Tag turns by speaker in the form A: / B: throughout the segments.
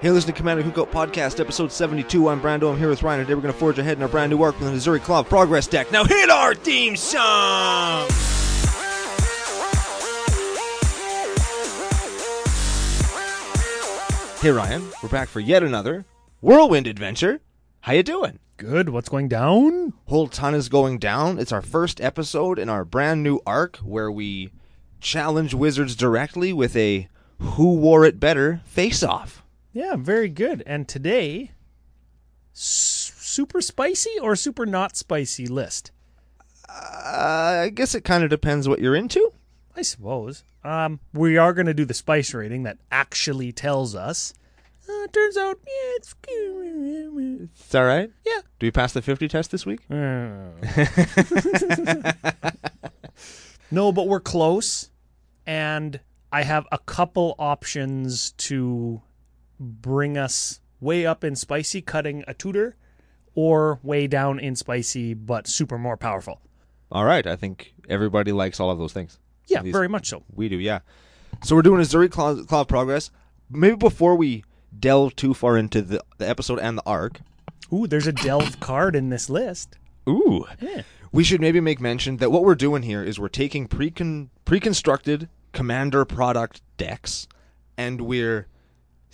A: Hey, listen to Commander Who Got Podcast, episode 72. I'm Brando. I'm here with Ryan. Today we're going to forge ahead in our brand new arc with the Missouri Claw Progress deck. Now hit our theme song! Hey, Ryan. We're back for yet another whirlwind adventure. How you doing?
B: Good. What's going down?
A: whole ton is going down. It's our first episode in our brand new arc where we challenge wizards directly with a who wore it better face off.
B: Yeah, very good. And today, s- super spicy or super not spicy list,
A: Uh, I guess it kind of depends what you're into.
B: I suppose. Um, we are going to do the spice rating that actually tells us. Uh, turns out, yeah, it's
A: It's all right.
B: yeah.
A: Do we pass the 50 test this week?
B: no, but we're close, and I have a couple options to bring us way up in spicy, cutting a tutor, or way down in spicy, but super more powerful.
A: All right. I think everybody likes all of those things.
B: Yeah,
A: These-
B: very much so.
A: We do, yeah. So we're doing a Zuri Claw, Claw of Progress. Maybe before we delve too far into the, the episode and the arc.
B: Ooh, there's a delve card in this list.
A: Ooh.
B: Yeah.
A: we should maybe make mention that what we're doing here is we're taking precon- pre-constructed commander product decks and we're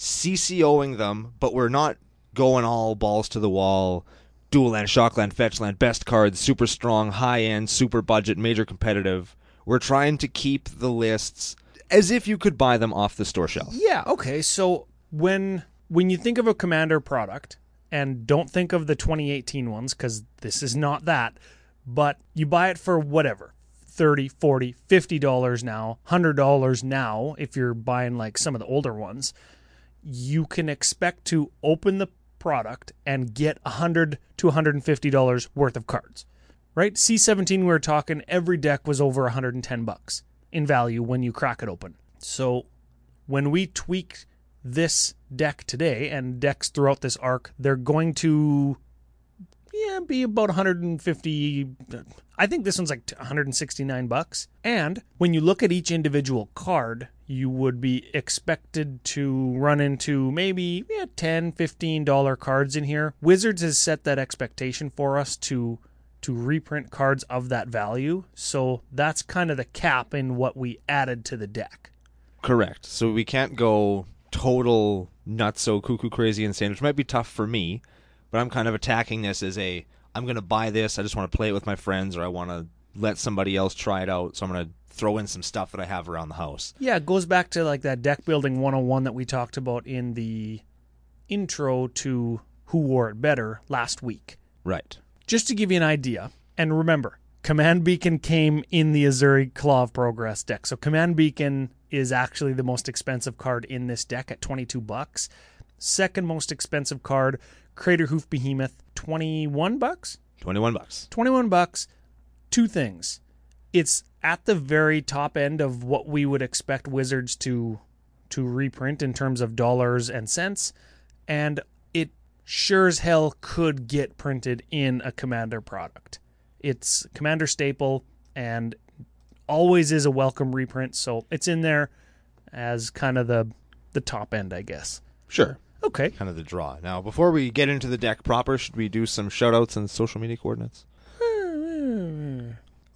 A: CCOing them, but we're not going all balls to the wall. Dual land, shock land, fetch land, best cards, super strong, high end, super budget, major competitive. We're trying to keep the lists as if you could buy them off the store shelf.
B: Yeah, okay. So when when you think of a commander product and don't think of the 2018 ones cuz this is not that, but you buy it for whatever. 30, 40, 50 dollars now, $100 now if you're buying like some of the older ones, you can expect to open the product and get 100 to 150 dollars worth of cards. Right? C17 we were talking every deck was over 110 bucks in value when you crack it open. So when we tweak this deck today and decks throughout this arc, they're going to yeah, be about 150 uh, I think this one's like 169 bucks. And when you look at each individual card, you would be expected to run into maybe yeah, 10, 15 dollar cards in here. Wizards has set that expectation for us to to reprint cards of that value. So that's kind of the cap in what we added to the deck.
A: Correct. So we can't go total nutso cuckoo crazy insane, which might be tough for me, but I'm kind of attacking this as a I'm going to buy this. I just want to play it with my friends, or I want to let somebody else try it out. So I'm going to throw in some stuff that I have around the house.
B: Yeah, it goes back to like that deck building 101 that we talked about in the intro to Who Wore It Better last week.
A: Right.
B: Just to give you an idea, and remember, Command Beacon came in the Azuri Claw of Progress deck. So Command Beacon is actually the most expensive card in this deck at 22 bucks. Second most expensive card, Crater Hoof Behemoth, 21 bucks.
A: 21 bucks.
B: 21 bucks two things it's at the very top end of what we would expect wizards to to reprint in terms of dollars and cents and it sure as hell could get printed in a commander product it's commander staple and always is a welcome reprint so it's in there as kind of the the top end i guess
A: Sure.
B: okay
A: Kind of the draw. Now, before we get into the deck proper, should we do some shout outs and social media coordinates?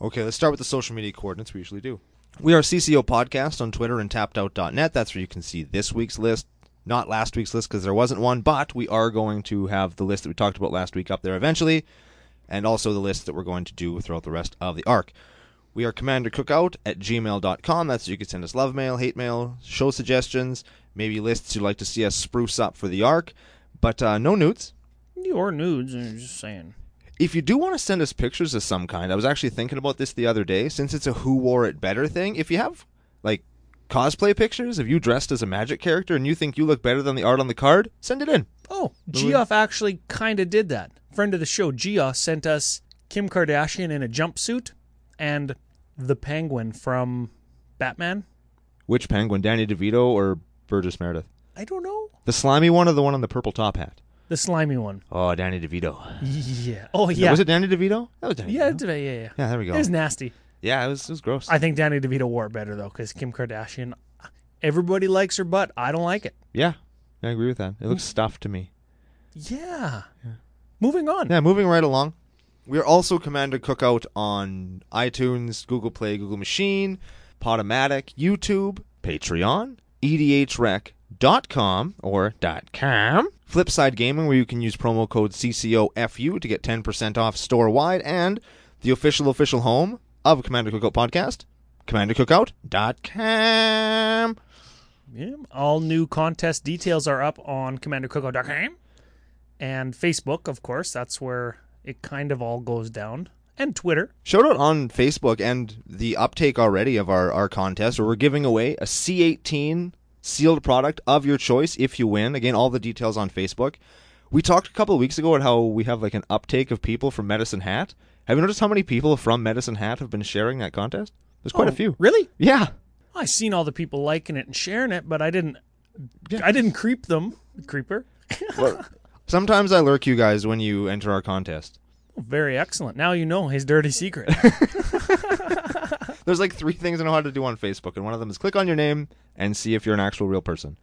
A: Okay, let's start with the social media coordinates we usually do. We are CCO Podcast on Twitter and tappedout.net. That's where you can see this week's list, not last week's list because there wasn't one, but we are going to have the list that we talked about last week up there eventually, and also the list that we're going to do throughout the rest of the arc. We are Commander Cookout at gmail.com. That's where you can send us love mail, hate mail, show suggestions, maybe lists you'd like to see us spruce up for the arc, but uh, no nudes
B: your nudes i'm just saying
A: if you do want to send us pictures of some kind, I was actually thinking about this the other day. Since it's a who wore it better thing, if you have like cosplay pictures of you dressed as a magic character and you think you look better than the art on the card, send it in.
B: Oh, Geoff actually kind of did that. Friend of the show, Geoff, sent us Kim Kardashian in a jumpsuit and the penguin from Batman.
A: Which penguin, Danny DeVito or Burgess Meredith?
B: I don't know.
A: The slimy one or the one on the purple top hat?
B: The slimy one.
A: Oh, Danny DeVito.
B: Yeah. Oh, yeah.
A: Was it Danny DeVito? That was Danny.
B: yeah,
A: DeVito.
B: it's- yeah, yeah, yeah.
A: Yeah, there we go.
B: It was nasty.
A: yeah, it was, it was gross.
B: I think Danny DeVito wore it better, though, because Kim Kardashian, everybody likes her butt. I don't like it.
A: yeah. I agree with that. It looks
B: Hmm.
A: stuffed to me.
B: Yeah. Moving on.
A: Yeah, moving right along. We are also Commander Cookout on iTunes, Google Play, Google Machine, Podomatic, YouTube, Patreon, E edhrec.com or .com, Flipside Gaming, where you can use promo code CCOFU to get 10% off store-wide, and the official official home of Commander Cookout Podcast, commandercookout.com.
B: Yeah. All new contest details are up on CommanderCoco.com and Facebook, of course. That's where it kind of all goes down. And Twitter.
A: Shout out on Facebook and the uptake already of our, our contest where we're giving away a C18 sealed product of your choice if you win. Again, all the details on Facebook. We talked a couple of weeks ago at how we have like an uptake of people from Medicine Hat. Have you noticed how many people from Medicine Hat have been sharing that contest? There's quite a
B: Oh,
A: few.
B: Really?
A: Yeah.
B: I seen all the people liking it and sharing it, but I didn't. I didn't creep them. Creeper.
A: Sometimes I lurk you guys when you enter our contest.
B: Oh, Very excellent. Now you know his dirty secret.
A: There's like three things I know how to do on Facebook, and one of them is click on your name and see if you're an actual real person.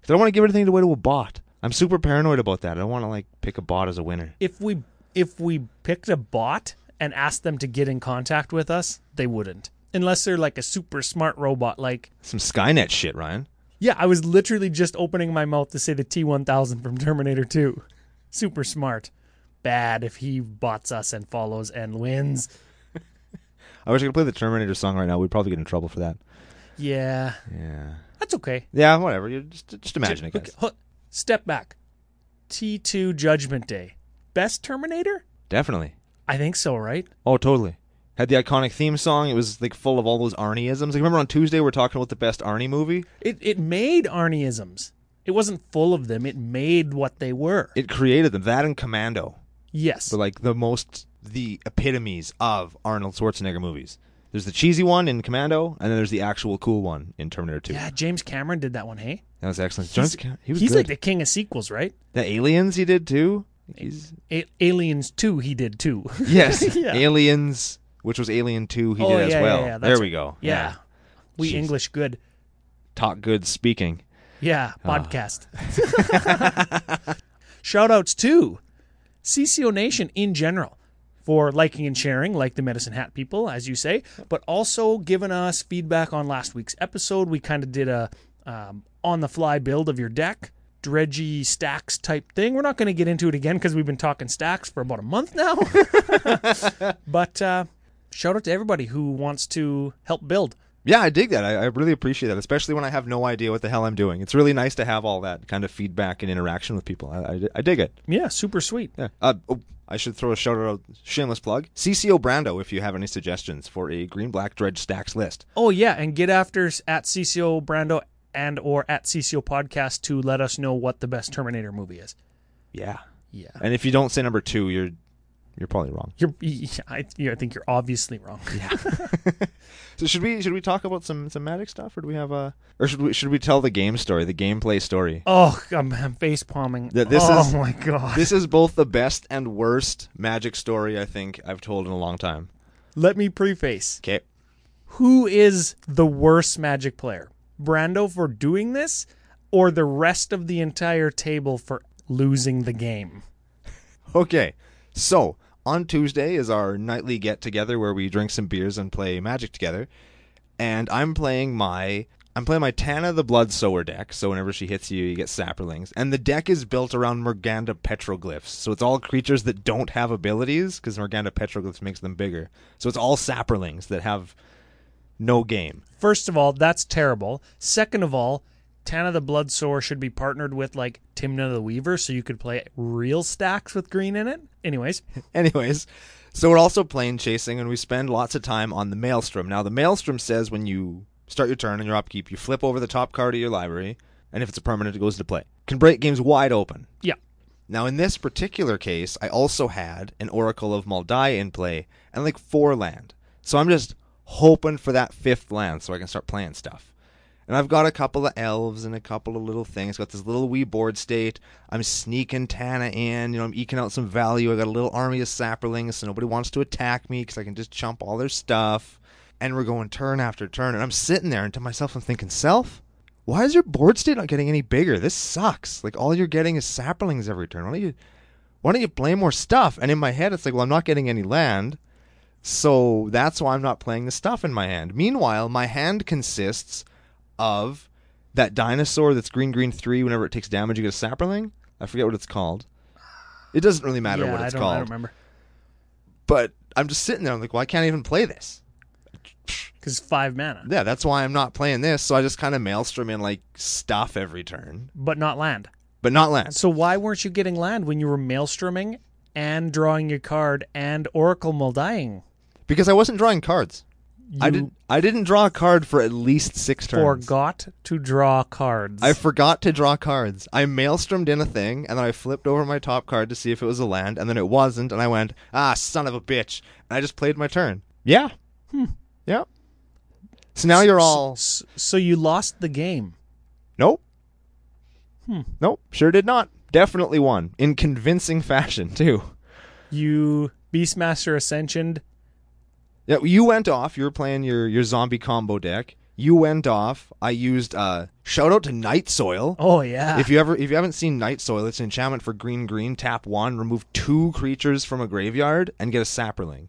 A: 'Cause I don't want to give anything away to a bot. I'm super paranoid about that. I don't want to like pick a bot as a winner.
B: if we if we picked a bot and asked them to get in contact with us, they wouldn't. Unless they're like a super smart robot like
A: Some Skynet shit, Ryan.
B: Yeah, I was literally just opening my mouth to say the T1000 from Terminator 2. Super smart. Bad if he bots us and follows and wins.
A: I wish I could play the Terminator song right now. We'd probably get in trouble for that.
B: Yeah,
A: Yeah.
B: that's okay.
A: Yeah, whatever. You just just imagine it,
B: Okay,
A: guys.
B: hu- Step back. T2 Judgment Day. Best Terminator?
A: Definitely.
B: I think so, right?
A: Oh, totally. Had the iconic theme song. It was like full of all those Arnieisms. Like remember on Tuesday we were talking about the best Arnie movie.
B: It it made Arnieisms. It wasn't full of them. It made what they were.
A: It created them. That and Commando.
B: yes.
A: But like the most the epitomes of Arnold Schwarzenegger movies. There's the cheesy one in Commando, and then there's the actual cool one in Terminator 2.
B: Yeah, James Cameron did that one, hey?
A: That was excellent.
B: He's-
A: John- he was
B: he's
A: good.
B: like the king of sequels, right?
A: the Aliens he did too. He's,
B: A- Aliens 2 he did too.
A: yes,
B: Yeah.
A: Aliens, which was Alien 2 he
B: Oh,
A: did as
B: yeah, yeah,
A: well.
B: yeah, that's-
A: there we go.
B: Yeah. We
A: Jeez.
B: English good.
A: Talk good speaking.
B: Yeah,
A: Ah.
B: podcast. Shout outs to CCO Nation in general for liking and sharing, like the Medicine Hat people, as you say, but also giving us feedback on last week's episode. We kind of did a um, on the fly build of your deck, dredgy stacks type thing. We're not going to get into it again because we've been talking stacks for about a month now. but uh, shout out to everybody who wants to help build.
A: Yeah, I dig that. I, I really appreciate that, especially when I have no idea what the hell I'm doing. It's really nice to have all that kind of feedback and interaction with people. I, I, I dig it.
B: Yeah, super sweet.
A: Yeah. Uh, oh, I should throw a shout out, shameless plug. CCO Brando, if you have any suggestions for a green black dredge stacks list.
B: Oh yeah, and get after s- at CCO Brando and or at CCO Podcast to let us know what the best Terminator movie is.
A: Yeah.
B: Yeah,
A: And if you don't say number two, you're you're probably wrong.
B: you're. I, I think you're obviously wrong.
A: So should we should we talk about some some magic stuff, or do we have a or should we should we tell the game story, the gameplay story?
B: Oh, I'm, I'm face palming.
A: Th- this
B: oh
A: is-
B: my god.
A: This is both the best and worst magic story I think I've told in a long time.
B: Let me preface.
A: Okay.
B: Who is the worst Magic player, Brando for doing this, or the rest of the entire table for losing the game?
A: Okay. So, on Tuesday is our nightly get together where we drink some beers and play Magic together. And I'm playing my I'm playing my Tana the Blood Sower deck, so whenever she hits you, you get sapperlings. And the deck is built around Morganda petroglyphs. So it's all creatures that don't have abilities cuz Morganda petroglyphs makes them bigger. So it's all sapperlings that have no game.
B: First of all, that's terrible. Second of all, Tana the Bloodsower should be partnered with like Timna the Weaver so you could play real stacks with green in it. Anyways,
A: Anyways, so we're also plane chasing, and we spend lots of time on the Maelstrom. Now, the Maelstrom says when you start your turn and your upkeep, you flip over the top card of your library, and if it's a permanent, it goes into play. Can break games wide open.
B: yeah.
A: Now, in this particular case, I also had an Oracle of Maldai in play and like four land. So I'm just hoping for that fifth land so I can start playing stuff. And I've got a couple of elves and a couple of little things. Got this little wee board state. I'm sneaking Tana in. You know, I'm eking out some value. I got a little army of sapperlings, so nobody wants to attack me because I can just chump all their stuff. And we're going turn after turn. And I'm sitting there, and to myself, I'm thinking, self, why is your board state not getting any bigger? This sucks. Like all you're getting is saplings every turn. Why don't you why don't you play more stuff? And in my head it's like, well, I'm not getting any land. So that's why I'm not playing the stuff in my hand. Meanwhile, my hand consists of that dinosaur that's green green 3 whenever it takes damage you get a sapperling. I forget what it's called. It doesn't really matter
B: yeah,
A: what it's
B: I don't, I
A: called.
B: don't remember.
A: But I'm just sitting there I'm like, well, I can't even play this.
B: Because five mana,
A: Yeah, that's why I'm not playing this. So I just kind of maelstrom in like stuff every turn,
B: but not land.
A: but not lands.
B: So why weren't you getting land when you were maelstroming and drawing your card and Oracle Moldying?
A: because I wasn't drawing cards. I
B: You
A: didn't. I didn't draw a card for at least six turns.
B: forgot to draw cards.
A: I forgot to draw cards. I maelstromed in a thing, and then I flipped over my top card to see if it was a land, and then it wasn't, and I went, "Ah, son of a bitch!" And I just played my turn. Yeah. Hmm. Yeah. So now you're all
B: S- so you lost the game.
A: nope. Hmm. Nope. Sure did not. Definitely won in convincing fashion too.
B: You Beastmaster Ascensioned.
A: Yeah, you went off. You were playing your, your zombie combo deck. You went off. I used uh shout out to Night Soil.
B: Oh yeah.
A: If you ever if you haven't seen Night Soil, it's an enchantment for green green. Tap one, remove two creatures from a graveyard and get a sapperling.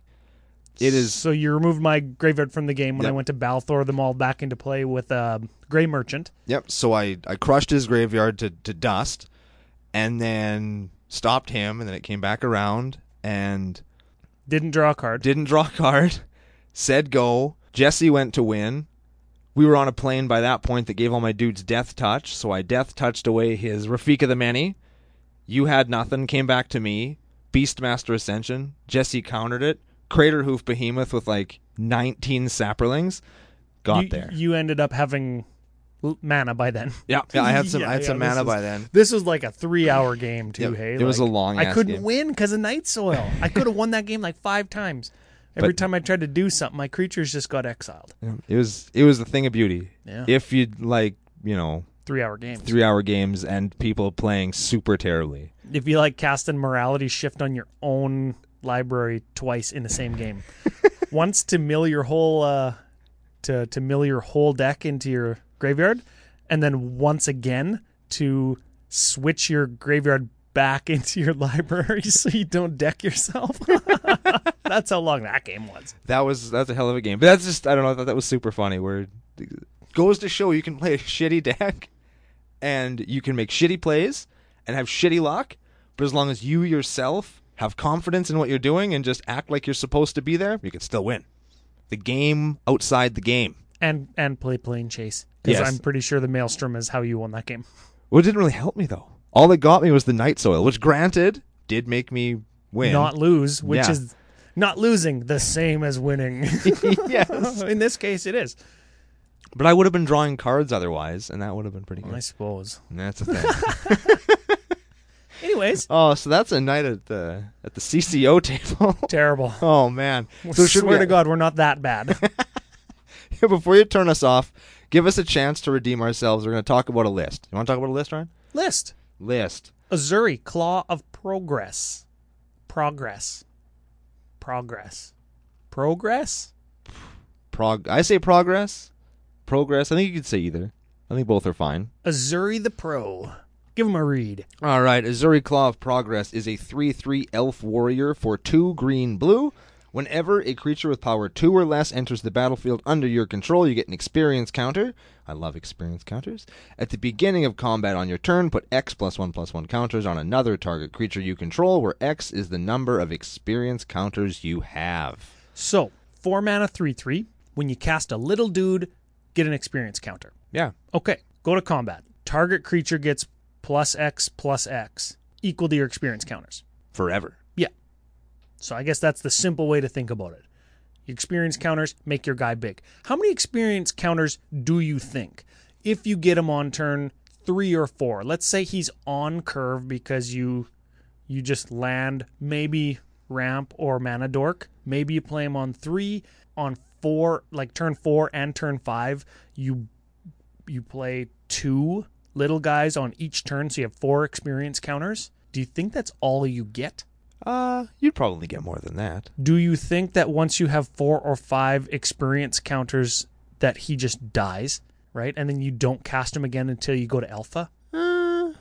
A: It is
B: So you removed my graveyard from the game when
A: Yep.
B: I went to Balthor them all back into play with uh, Grey Merchant.
A: Yep. So I, I crushed his graveyard to, to dust and then stopped him and then it came back around and
B: Didn't draw a card.
A: didn't draw a card, said go. Jesse went to win. We were on a plane by that point that gave all my dudes death touch, so I death touched away his Rafika the Many. You had nothing, came back to me. Beastmaster Ascension. Jesse countered it. Crater Hoof Behemoth with like 19 sapperlings. Got
B: you,
A: there.
B: You ended up having l- mana by then.
A: yeah, yeah, I had some,
B: Yeah,
A: I had
B: yeah,
A: some
B: this
A: mana
B: is-
A: by then.
B: This was like a three-hour game too.
A: Yep,
B: Hey,
A: it was
B: Like,
A: a long
B: I
A: ass
B: couldn't
A: game.
B: win because of Night Soil. I could have won that game like five times. Every
A: But-
B: time I tried to do something, my creatures just got exiled.
A: Yeah, It was it was the thing of beauty.
B: Yeah.
A: If you like, you know,
B: Three-hour game.
A: three hour games and people playing super terribly.
B: If you like cast in morality shift on your own library twice in the same game, once to mill your whole uh, to to mill your whole deck into your graveyard, and then once again to switch your graveyard back into your library so you don't deck yourself. That's how long that game was.
A: that was that's a hell of a game. But that's just I don't know. I thought that was super funny. Where it goes to show you can play a shitty deck, and you can make shitty plays and have shitty luck. But as long as you yourself have confidence in what you're doing and just act like you're supposed to be there, you can still win. The game outside the game.
B: And and play plane chase because
A: Yes.
B: I'm pretty sure the maelstrom is how you won that game.
A: Well, it didn't really help me though. All that got me was the night soil, which granted did make me win.
B: Not lose, which
A: Yeah.
B: is not losing the same as winning.
A: yes,
B: in this case, it is.
A: but I would have been drawing cards otherwise, and that would have been pretty good.
B: I suppose.
A: That's a thing.
B: Anyways,
A: Oh, so that's a night at the at the CCO table.
B: terrible.
A: oh man! So should
B: swear
A: we,
B: to God, we're not that bad.
A: Before you turn us off, give us a chance to redeem ourselves. We're going to talk about a list. You want to talk about a list, Ryan?
B: List:
A: List.
B: Azuri Claw of Progress, Progress, Progress, Progress.
A: Prog. I say progress. Progress. I think you could say either. I think both are fine.
B: Azuri the Pro. Give him a read.
A: All right. Azuri Claw of Progress is a three-three elf warrior for two green blue. Whenever a creature with power two or less enters the battlefield under your control, you get an experience counter. I love experience counters. At the beginning of combat on your turn, put X plus one plus one counters on another target creature you control, where X is the number of experience counters you have.
B: So four mana, three three. When you cast a little dude, get an experience counter.
A: Yeah.
B: Okay, go to combat. Target creature gets plus X plus X equal to your experience counters.
A: Forever.
B: Yeah. So I guess that's the simple way to think about it. Your experience counters make your guy big. How many experience counters do you think? If you get him on turn three or four, let's say he's on curve because you you just land maybe ramp or mana dork. Maybe you play him on three, on four, like turn four and turn five. You you play two little guys on each turn, so you have four experience counters. Do you think that's all you get?
A: Uh, you'd probably get more than that.
B: Do you think that once you have four or five experience counters that he just dies? right? And then you don't cast them again until you go to alpha.
A: Uh,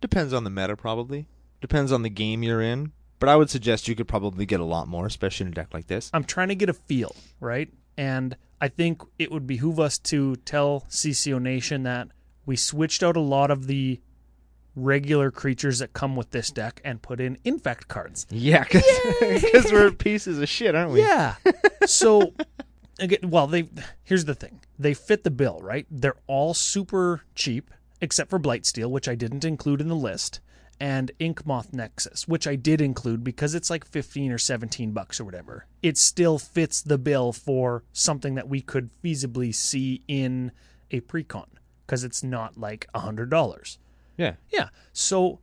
A: depends on the meta, probably. Depends on the game you're in. But I would suggest you could probably get a lot more, especially in a deck like this.
B: I'm trying to get a feel, right? And I think it would behoove us to tell CCO Nation that we switched out a lot of the regular creatures that come with this deck and put in infect cards.
A: Yeah, because we're pieces of shit, aren't we?
B: Yeah. So again, well, they here's the thing. They fit the bill, right? They're all super cheap except for Blightsteel, which I didn't include in the list, and Ink Moth Nexus, which I did include because it's like 15 or 17 bucks or whatever. It still fits the bill for something that we could feasibly see in a precon because it's not like $100.
A: Yeah.
B: Yeah. So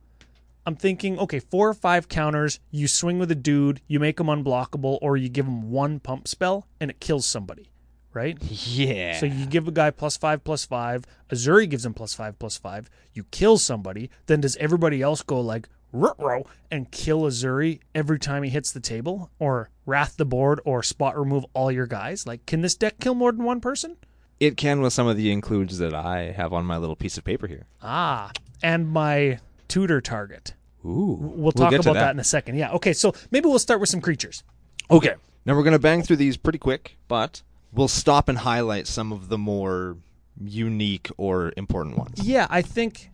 B: I'm thinking, okay, four or five counters, you swing with a dude, you make him unblockable, or you give him one pump spell and it kills somebody, right?
A: Yeah.
B: So you give a guy plus five, plus five, Azuri gives him plus five, plus five, you kill somebody, then does everybody else go like, row and kill Azuri every time he hits the table, or wrath the board, or spot remove all your guys? Like, can this deck kill more than one person?
A: it can with some of the includes that I have on my little piece of paper here.
B: Ah, and my tutor target.
A: Ooh.
B: We'll talk about that. in a second. Yeah. Okay. So maybe we'll start with some creatures.
A: Okay. Now we're going to bang through these pretty quick, but we'll stop and highlight some of the more unique or important ones.
B: Yeah, I think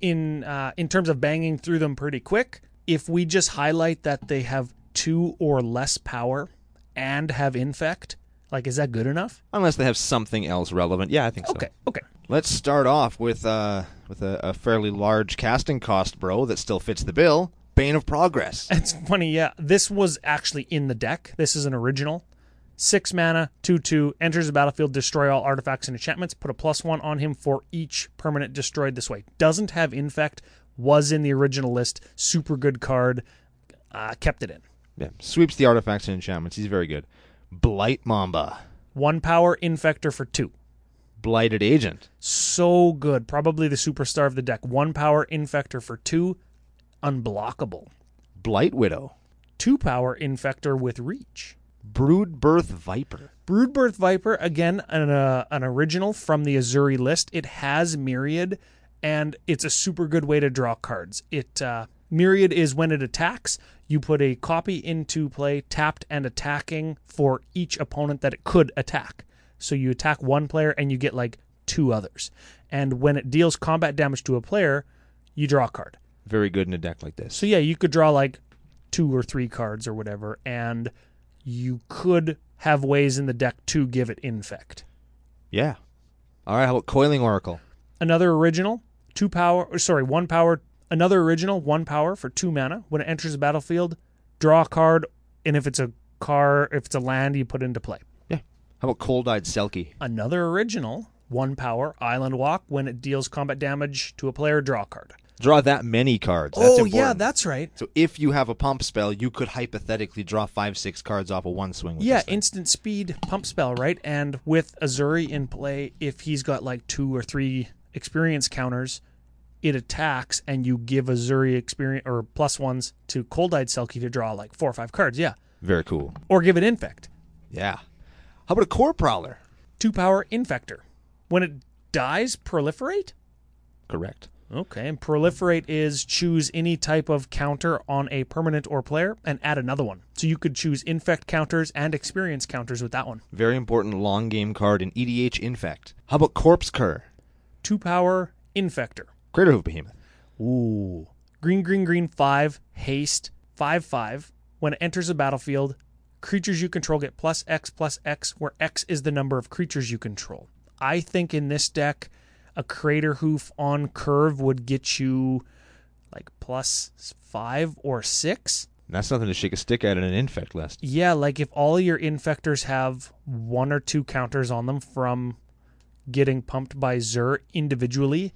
B: in uh, in terms of banging through them pretty quick, if we just highlight that they have two or less power and have infect, like is that good enough?
A: Unless they have something else relevant. Yeah, I think so.
B: Okay. Okay.
A: Let's start off with uh with a, a fairly large casting cost, bro, that still fits the bill. Bane of Progress.
B: It's funny, yeah. This was actually in the deck. This is an original. Six mana, two two, enters the battlefield, destroy all artifacts and enchantments, put a plus one on him for each permanent destroyed this way. Doesn't have infect, was in the original list, super good card. Uh, kept it in.
A: Yeah. Sweeps the artifacts and enchantments. He's very good. Blight Mamba.
B: One power infector for two.
A: Blighted Agent.
B: So good. Probably the superstar of the deck. One power infector for two, unblockable.
A: Blight Widow.
B: Two power infector with reach.
A: Brood Birth Viper.
B: Broodbirth Viper, again, an, uh, an original from the Azuri list. It has Myriad, and it's a super good way to draw cards. It uh, Myriad is when it attacks, you put a copy into play, tapped and attacking for each opponent that it could attack. So you attack one player and you get like two others. And when it deals combat damage to a player, you draw a card.
A: Very good in a deck like this.
B: So yeah, you could draw like two or three cards or whatever, and you could have ways in the deck to give it infect.
A: Yeah. All right, how about Coiling Oracle?
B: Another original, two power, or sorry, one power, another original, one power for two mana. When it enters the battlefield, draw a card, and if it's a car, if it's a land, you put it into play.
A: Yeah. How about Cold Eyed Selkie?
B: Another original, one power, island walk. When it deals combat damage to a player, draw a card.
A: Draw that many cards. That's important.
B: Oh, that's right.
A: So if you have a pump spell, you could hypothetically draw five, six cards off of one swing. With
B: Yeah,
A: this thing.
B: instant speed pump spell, right? And with Azuri in play, if he's got like two or three experience counters, it attacks and you give Azuri experience or plus ones to Cold Eyed Selkie to draw like four or five cards, yeah.
A: Very cool.
B: Or give it infect.
A: Yeah. How about a Core Prowler?
B: Two power infector. When it dies, proliferate?
A: Correct.
B: Okay, and proliferate is choose any type of counter on a permanent or player and add another one. So you could choose infect counters and experience counters with that one.
A: Very important long game card in EDH Infect. How about Corpse Cur?
B: Two power infector.
A: Crater Hoof Behemoth.
B: Ooh. Green, green, green, five, haste, five, five. When it enters the battlefield, creatures you control get plus X plus X, where X is the number of creatures you control. I think in this deck, a crater hoof on curve would get you like plus five or six.
A: And that's nothing to shake a stick at in an Infect list.
B: Yeah, like if all your infectors have one or two counters on them from getting pumped by Zur individually,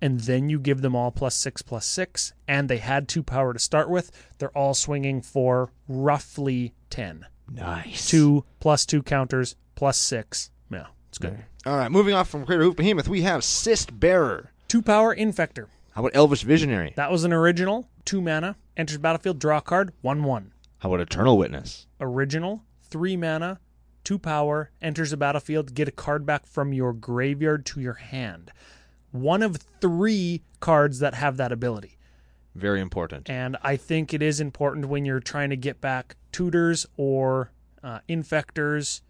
B: and then you give them all plus six plus six, and they had two power to start with, they're all swinging for roughly 10.
A: Nice.
B: Two plus two counters plus six. Yeah, it's good.
A: All right, moving off from Crater Hoof Behemoth, we have Cyst Bearer.
B: Two power infector.
A: How about Elvish Visionary?
B: That was an original. Two mana. Enters battlefield, draw a card, one one.
A: How about Eternal Witness?
B: original, three mana, two power, enters a battlefield, get a card back from your graveyard to your hand. One of three cards that have that ability.
A: Very important.
B: And I think it is important when you're trying to get back tutors or uh, infectors,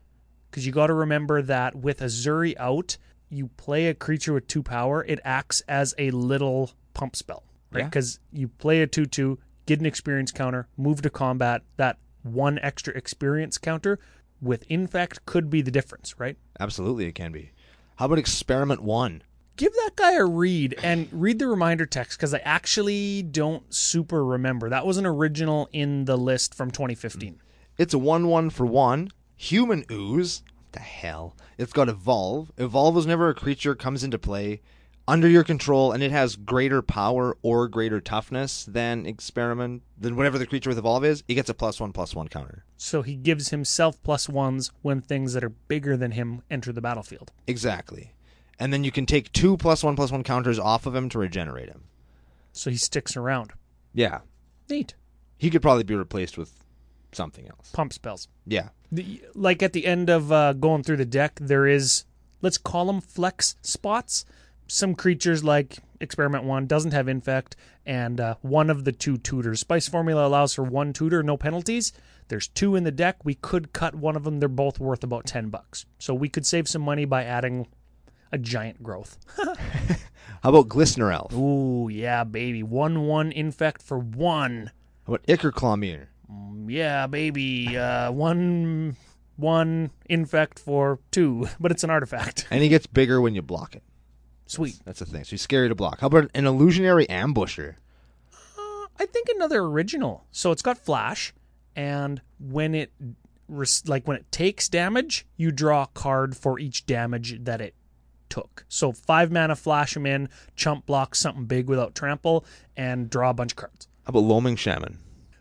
B: because you got to remember that with Azuri out, you play a creature with two power, it acts as a little pump spell, right?
A: Yeah.
B: Because you play a 2 2, get an experience counter, move to combat, that one extra experience counter with infect could be the difference, right?
A: Absolutely, it can be. How about experiment one?
B: give that guy a read and read the reminder text because I actually don't super remember. That was an original in the list from 2015.
A: It's a 1 1 for 1. Human ooze. What the hell? It's got evolve. Evolve is never a creature comes into play under your control and it has greater power or greater toughness than experiment than whatever the creature with evolve is. It gets a plus 1 plus 1 counter.
B: So he gives himself plus ones when things that are bigger than him enter the battlefield.
A: Exactly. And then you can take two plus 1 plus 1 counters off of him to regenerate him.
B: So he sticks around.
A: Yeah.
B: Neat.
A: He could probably be replaced with something else.
B: Pump spells.
A: Yeah.
B: The, like at the end of uh, going through the deck, there is, let's call them flex spots. Some creatures like Experiment 1 doesn't have Infect, and uh, one of the two tutors. Spice Formula allows for one tutor, no penalties. There's two in the deck. We could cut one of them. They're both worth about 10 bucks. So we could save some money by adding a giant growth.
A: How about Glistener Elf? How
B: Ooh, yeah, baby. 1 1 Infect for 1.
A: about Ickerclawmere?
B: Yeah, baby. Uh, 1 1 Infect for 2, but it's an artifact.
A: And he gets bigger when you block it.
B: Sweet.
A: That's the thing. So he's scary to block. How about an illusionary ambusher?
B: Uh, I think another original. So it's got flash, and when it res- like when it takes damage, you draw a card for each damage that it took. So five mana, flash him in, chump block something big without trample, and draw a bunch of cards.
A: How about loaming shaman?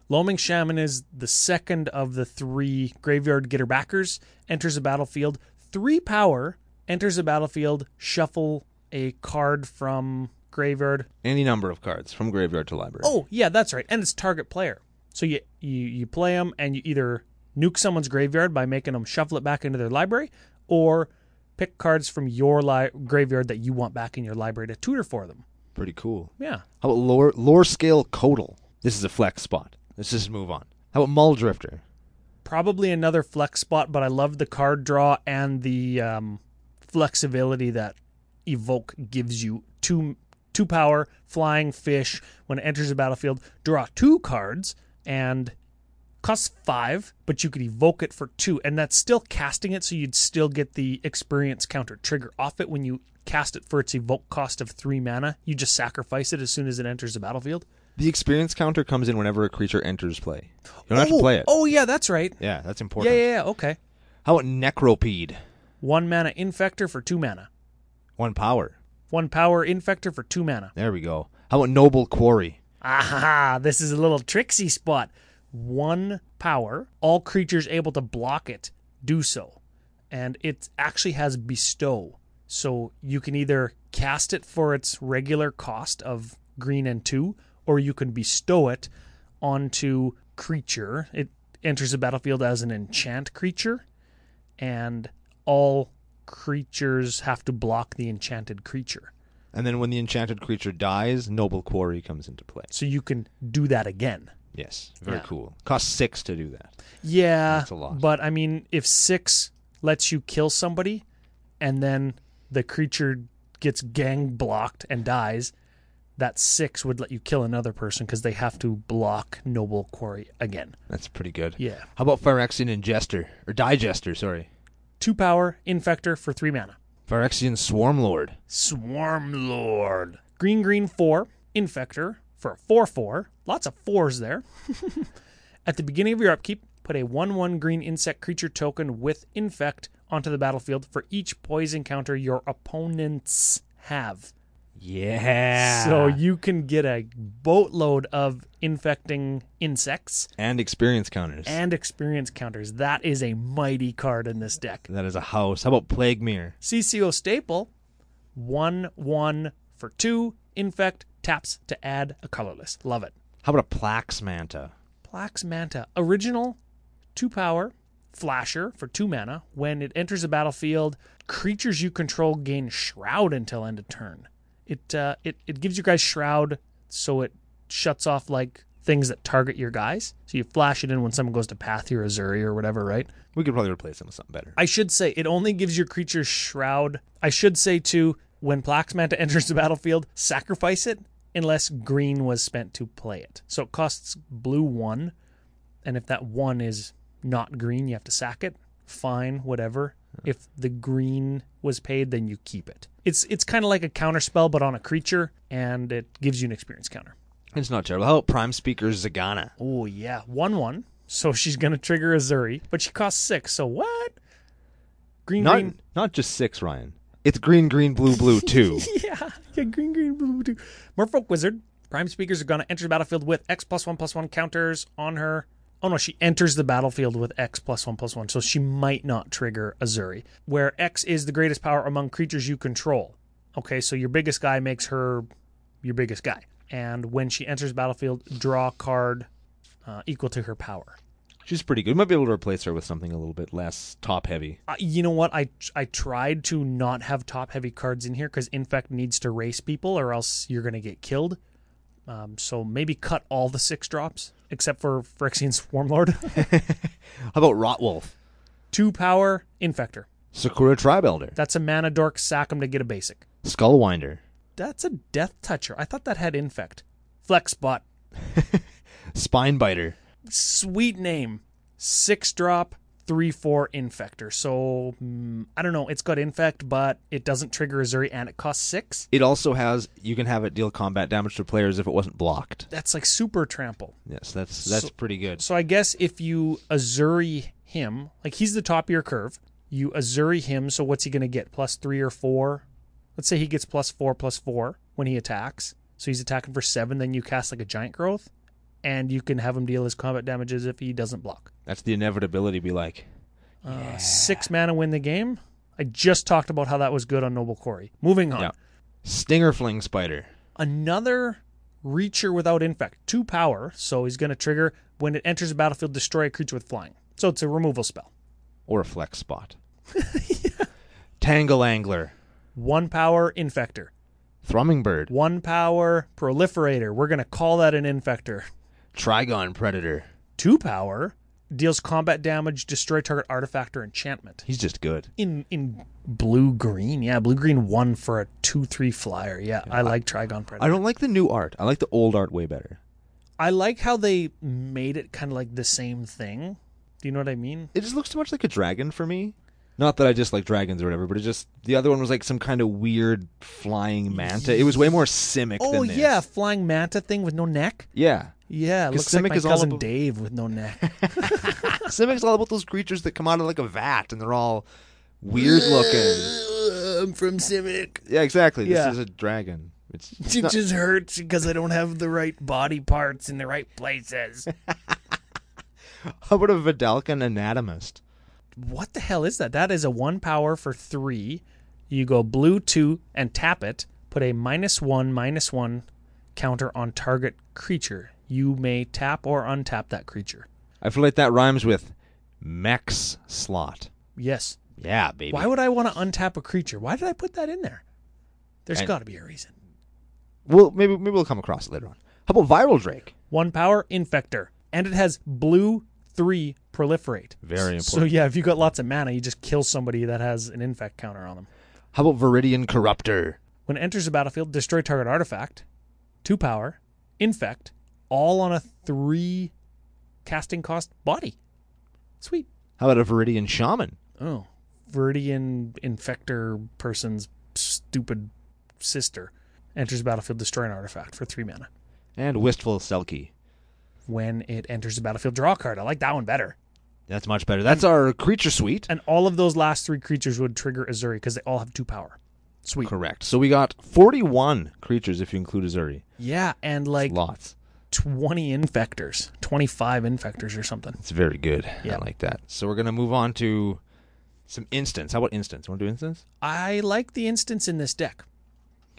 B: Loaming Shaman is the second of the three graveyard getter backers. Enters a battlefield, three power. Enters a battlefield, shuffle a card from graveyard
A: Any number of cards from graveyard to library.
B: Oh yeah, that's right. And it's target player. So you you you play them and you either nuke someone's graveyard by making them shuffle it back into their library, or pick cards from your li- graveyard that you want back in your library to tutor for them.
A: pretty cool.
B: Yeah.
A: How about lore, lore scale codal? This is a flex spot. Let's just move on. How about mull drifter?
B: Probably another flex spot, but I love the card draw and the um, flexibility that evoke gives you. Two two power, flying fish. When it enters the battlefield, draw two cards and costs five, but you could evoke it for two, and that's still casting it, so you'd still get the experience counter trigger off it when you cast it for its evoke cost of three mana. You just sacrifice it as soon as it enters the battlefield.
A: The experience counter comes in whenever a creature enters play. You don't have to
B: Oh,
A: play it.
B: Oh yeah, that's right.
A: Yeah, that's
B: Yeah,
A: important.
B: yeah, yeah. Okay.
A: How about necropede?
B: One mana infector for two mana.
A: One power.
B: One power infector for two mana.
A: There we go. How about noble quarry?
B: Aha, this is a little tricksy spot. One power, all creatures able to block it do so. And it actually has bestow. So you can either cast it for its regular cost of green and two, or you can bestow it onto creature. It enters the battlefield as an enchant creature, and all creatures have to block the enchanted creature.
A: And then when the enchanted creature dies, noble quarry comes into play.
B: So you can do that again.
A: Yes, very
B: Yeah.
A: cool. Costs six to do that.
B: Yeah,
A: That's a lot.
B: But I mean, if six lets you kill somebody, and then the creature gets gang blocked and dies, that six would let you kill another person because they have to block noble quarry again.
A: That's pretty good.
B: Yeah,
A: How about Phyrexian Ingester? Or Digester, sorry.
B: two power infector for three mana.
A: Phyrexian Swarm Lord.
B: Swarm lord. Green green four infector for a four four. Lots of fours there. At the beginning of your upkeep, put a 1 1 green insect creature token with infect onto the battlefield for each poison counter your opponents have.
A: Yeah.
B: So you can get a boatload of infecting insects
A: and experience counters.
B: and experience counters. That is a mighty card in this deck.
A: that is a house. How about Plague Mirror?
B: CCO staple, 1 1 for 2, infect, taps to add a colorless. Love it.
A: How about a Plax Manta?
B: Plax Manta, original, 2 power, Flasher for two mana. When it enters the battlefield, creatures you control gain Shroud until end of turn. It uh, it it gives your guys Shroud, so it shuts off like things that target your guys. So you flash it in when someone goes to Pathy or Azuri or whatever, right?
A: We could probably replace them with something better.
B: I should say it only gives your creature shroud. I should say too, when Plaxmanta enters the battlefield, sacrifice it unless green was spent to play it. So it costs blue one, and if that one is not green, you have to sack it. Fine, whatever. If the green was paid, then you keep it. It's it's kind of like a counter spell, but on a creature, and it gives you an experience counter.
A: It's not terrible. How about Prime Speaker Zagana?
B: Oh yeah, one one. So she's gonna trigger Azuri, but she costs six. So what? Green
A: Not
B: green.
A: not just six, Ryan. It's green, green, blue, blue two.
B: Yeah, yeah, green green blue blue. Merfolk Wizard. Prime speakers are gonna enter the battlefield with X plus one plus one counters on her. Oh no, she enters the battlefield with X plus one plus one, so she might not trigger Azuri, where X is the greatest power among creatures you control. Okay, so your biggest guy makes her your biggest guy, and when she enters battlefield, draw a card uh, equal to her power.
A: She's pretty good. We might be able to replace her with something a little bit less top heavy.
B: I- you know what? I I tried to not have top heavy cards in here because infect needs to race people, or else you're gonna get killed. Um, so maybe cut all the six drops except for Phyrexian Swarmlord.
A: How about Rotwolf?
B: Two power infector.
A: Sakura Tribe Elder.
B: That's a mana dork. Sack him to get a basic.
A: Skullwinder.
B: That's a death toucher. I thought that had infect. Flex bot.
A: Spinebiter.
B: Sweet name. Six drop. Three four infector. So mm, I don't know. It's got infect, but it doesn't trigger Azuri, and it costs six.
A: It also has you can have it deal combat damage to players if it wasn't blocked.
B: That's like super trample.
A: Yes, that's that's
B: So-
A: pretty good.
B: So I guess if you Azuri him, like he's the top of your curve, you Azuri him. So what's he going to get? Plus three or four? Let's say he gets plus four, plus four when he attacks. So he's attacking for seven. Then you cast like a giant growth, and you can have him deal his combat damages if he doesn't block.
A: That's the inevitability. Be like,
B: Uh, Six mana win the game. I just talked about how that was good on Noble Quarry. Moving on.
A: yeah. Stinger Fling Spider.
B: another reacher without infect, two power, so he's going to trigger when it enters the battlefield, destroy a creature with flying. So it's a removal spell.
A: or a flex spot. Tangle Angler,
B: One power infector,
A: Thrummingbird,
B: one power proliferator. We're going to call that an infector.
A: Trigon Predator.
B: Two power deals combat damage, destroy target artifact or enchantment.
A: He's just good.
B: In in blue green, yeah, blue green one for a two three flyer. Yeah, I like Trigon Predator.
A: I don't like the new art. I like the old art way better.
B: I like how they made it kind of like the same thing. Do you know what I mean?
A: It just looks too much like a dragon for me. Not that I dislike dragons or whatever, but it just the other one was like some kind of weird flying manta. It was way more simic
B: Oh
A: than this.
B: yeah, flying manta thing with no neck.
A: Yeah.
B: Yeah, it
A: 'Cause
B: looks like
A: Simic
B: my
A: is all
B: cousin
A: about-
B: Dave with no neck.
A: Simic's all about those creatures that come out of like a vat and they're all weird looking.
B: I'm from Simic.
A: Yeah, exactly.
B: Yeah.
A: This is a dragon. It's
B: It just hurts because I don't have the right body parts in the right places.
A: how about a Vidalcan anatomist?
B: what the hell is that? That is a one power for three. You go blue two and tap it. Put a minus one minus one counter on target creature. You may tap or untap that creature.
A: I feel like that rhymes with Mex slot.
B: Yes.
A: Yeah, baby.
B: Why would I want to untap a creature? Why did I put that in there? There's
A: I-
B: got to be a reason.
A: Well, maybe maybe we'll come across it later on. How about viral Drake?
B: one power infector and it has blue three proliferate
A: Very important.
B: so yeah if you got lots of mana you just kill somebody that has an infect counter on them
A: How about Viridian Corruptor?
B: when it enters the battlefield destroy target artifact two power infect all on a three casting cost body sweet
A: How about a Viridian Shaman?
B: oh viridian infector person's stupid sister enters the battlefield destroy an artifact for three mana
A: And Wistful Selkie.
B: when it enters the battlefield draw a card i like that one better
A: That's much better. That's our creature suite.
B: and all of those last three creatures would trigger Azuri because they all have two power. Sweet.
A: Correct. So we got 41 creatures if you include Azuri.
B: Yeah, and like
A: Lots.
B: 20 infectors, 25 infectors or something.
A: It's very good.
B: Yeah.
A: I like that. So we're going to move on to some instants. How about instants? Want to do instants?
B: I like the instance in this deck.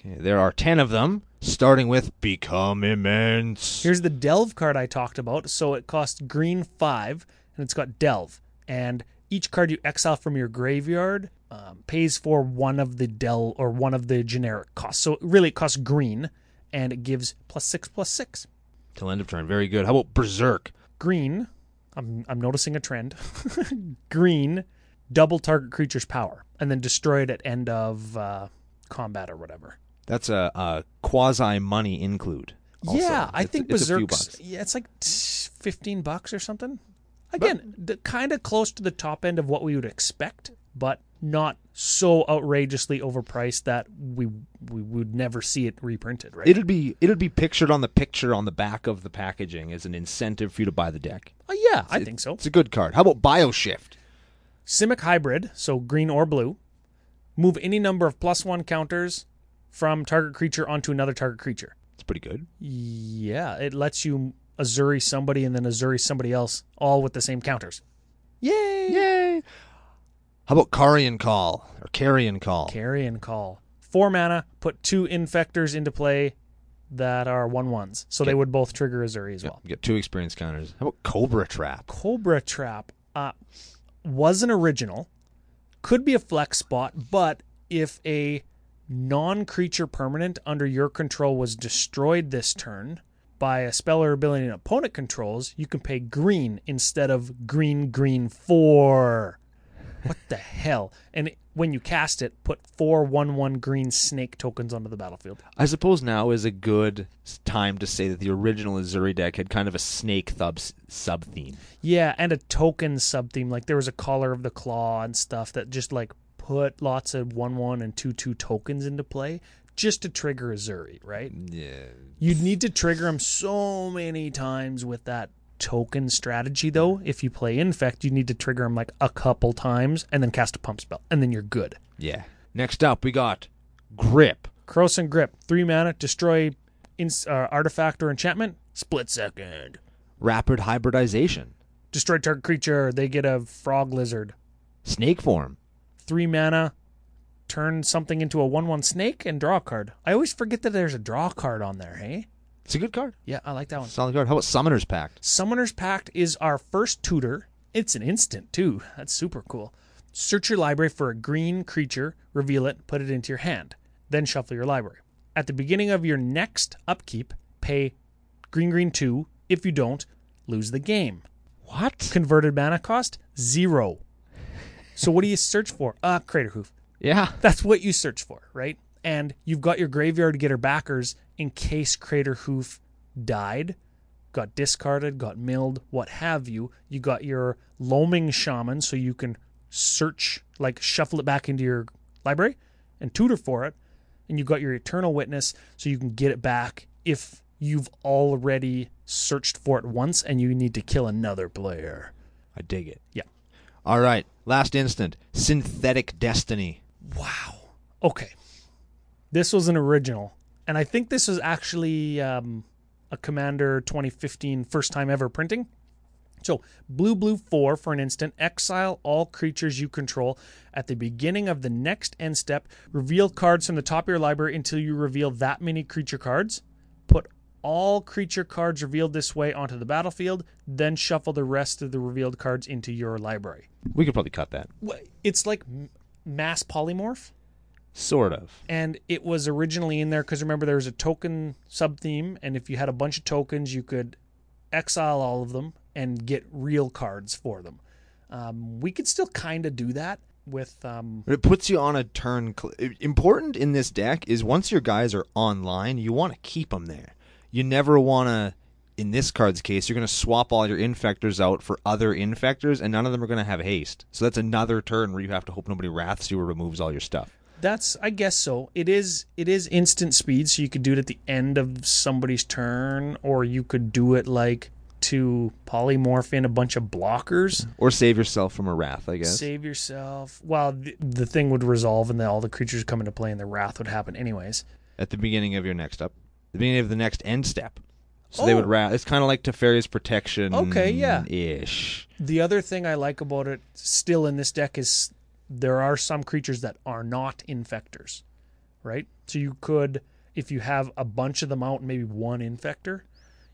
A: Okay. There are 10 of them, starting with Become Immense.
B: Here's the Delve card I talked about. So it costs green five, and it's got Delve. and each card you exile from your graveyard um, pays for one of the Dell or one of the generic costs. So really, it costs green, and it gives plus six plus six.
A: Till end of turn. Very good. How about Berserk?
B: Green, I'm I'm noticing a trend. green, double target creature's power, and then destroy it at end of uh, combat or whatever.
A: That's a, a quasi money include. also.
B: yeah, I
A: It's-
B: think
A: it's a few
B: Berserk's.
A: bucks.
B: yeah, it's like t- fifteen bucks or something. Again, the, kind of close to the top end of what we would expect, but not so outrageously overpriced that we we would never see it reprinted. Right?
A: It'd be it'd be pictured on the picture on the back of the packaging as an incentive for you to buy the deck.
B: Uh, yeah, I think so.
A: It's a good card. How about BioShift?
B: Simic hybrid, so green or blue. Move any number of plus one counters from target creature onto another target creature.
A: It's pretty good.
B: Yeah, it lets you Azuri somebody and then Azuri somebody else, all with the same counters.
A: Yay! Yay! How about Carrion Call or Carrion Call?
B: Carrion call. Four mana, put two infectors into play that are one ones. So they would both trigger Azuri as well.
A: You get two experience counters. How about Cobra Trap?
B: Cobra Trap uh, was an original, could be a flex spot, but if a non creature permanent under your control was destroyed this turn by a spell or ability an opponent controls, you can pay green instead of green, green, four. What the hell? And when you cast it, put four one one green snake tokens onto the battlefield.
A: I suppose now is a good s- time to say that the original Azuri deck had kind of a snake thub sub theme.
B: Yeah, and a token sub theme. Like there was a collar of the claw and stuff that just like put lots of one one and two two tokens into play just to trigger Azuri, right?
A: Yeah.
B: You'd need to trigger him so many times with that token strategy though. If you play infect, you need to trigger him like a couple times and then cast a pump spell, and then you're good.
A: Yeah. Next up, we got Grip.
B: Cross and grip, three mana, destroy ins- uh, artifact or enchantment, split second.
A: Rapid Hybridization.
B: Destroy target creature, they get a frog lizard.
A: Snake Form.
B: three mana, turn something into a one-one snake and draw a card. I always forget that there's a draw card on there. Hey,
A: It's a good card.
B: yeah, I like that one.
A: Solid card. How about Summoner's Pact?
B: Summoner's Pact is our first tutor. It's an instant too. That's super cool. Search your library for a green creature, reveal it, put it into your hand, then shuffle your library. At the beginning of your next upkeep, pay green green two. If you don't, lose the game.
A: What?
B: Converted mana cost zero. So what do you search for? Uh, crater hoof.
A: Yeah.
B: that's what you search for, right? And you've got your graveyard getter backers in case Crater Hoof died, got discarded, got milled, what have you. You got your loaming shaman, so you can search, like shuffle it back into your library and tutor for it. And you got your eternal witness, so you can get it back if you've already searched for it once and you need to kill another player.
A: I dig it.
B: Yeah.
A: All right. Last instant. Synthetic Destiny.
B: Wow. Okay. This was an original. And I think this was actually um, a Commander 2015 first time ever printing. So, blue, blue, four for an instant. Exile all creatures you control. At the beginning of the next end step, reveal cards from the top of your library until you reveal that many creature cards. Put all creature cards revealed this way onto the battlefield, then shuffle the rest of the revealed cards into your library.
A: We could probably cut that.
B: Wh- It's like m- mass polymorph
A: Sort of.
B: and it was originally in there because remember there was a token sub theme, and if you had a bunch of tokens, you could exile all of them and get real cards for them. Um, we could still kind of do that with um,
A: But it puts you on a turn. Cl- Important in this deck is once your guys are online, you want to keep them there. You never want to. In this card's case, you're going to swap all your infectors out for other infectors, and none of them are going to have haste. So that's another turn where you have to hope nobody wraths you or removes all your stuff.
B: that's I guess so. It is it is instant speed, so you could do it at the end of somebody's turn, or you could do it like to polymorph in a bunch of blockers.
A: Or save yourself from a wrath, I guess.
B: Save yourself. Well, the, the thing would resolve, and then all the creatures come into play, and the wrath would happen anyways.
A: At the beginning of your next up, the beginning of the next end step. So they
B: Oh.
A: would wrath. It's kind of like Teferi's protection.
B: Okay, yeah.
A: Ish.
B: The other thing I like about it still in this deck is there are some creatures that are not infectors, right? So you could, if you have a bunch of them out, maybe one infector,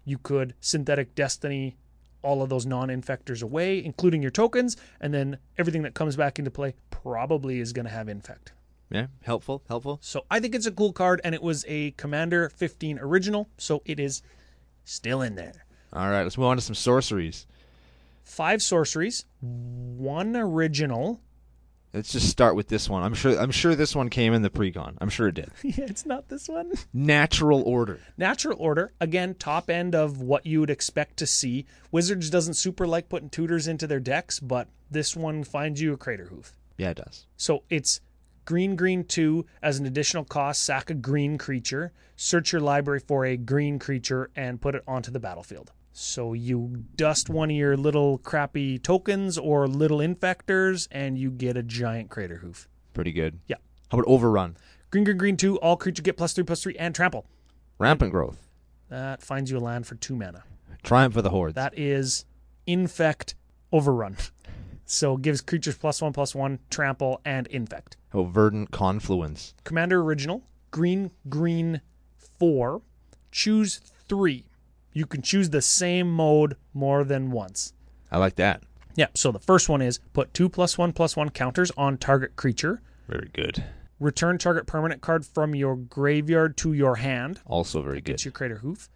B: you could synthetic destiny all of those non-infectors away, including your tokens, and then everything that comes back into play probably is going to have infect.
A: Yeah, helpful, helpful.
B: So I think it's a cool card, and it was a Commander 15 original, so it is still in there.
A: All right, let's move on to some sorceries.
B: Five sorceries, one original.
A: Let's just start with this one. I'm sure. I'm sure this one came in the pre-con. I'm sure it did.
B: yeah, it's not this one.
A: Natural order.
B: Natural order, again, top end of what you would expect to see. Wizards doesn't super like putting tutors into their decks, but this one finds you a crater hoof.
A: Yeah, it does.
B: So it's green, green two as an additional cost, sack a green creature, search your library for a green creature, and put it onto the battlefield. So you dust one of your little crappy tokens or little infectors, and you get a giant crater hoof.
A: Pretty good.
B: Yeah.
A: How about overrun?
B: Green, green, green two, all creature get plus three, plus three, and trample.
A: Rampant growth.
B: That finds you a land for two mana.
A: Triumph of the hordes.
B: That is infect overrun. So gives creatures plus one, plus one, trample, and infect.
A: How about verdant confluence?
B: Commander Original, green, green, four. Choose three. You can choose the same mode more than once.
A: I like that.
B: Yeah, so the first one is put two plus one plus one counters on target creature.
A: Very good.
B: Return target permanent card from your graveyard to your hand.
A: Also very good.
B: It's your crater hoof.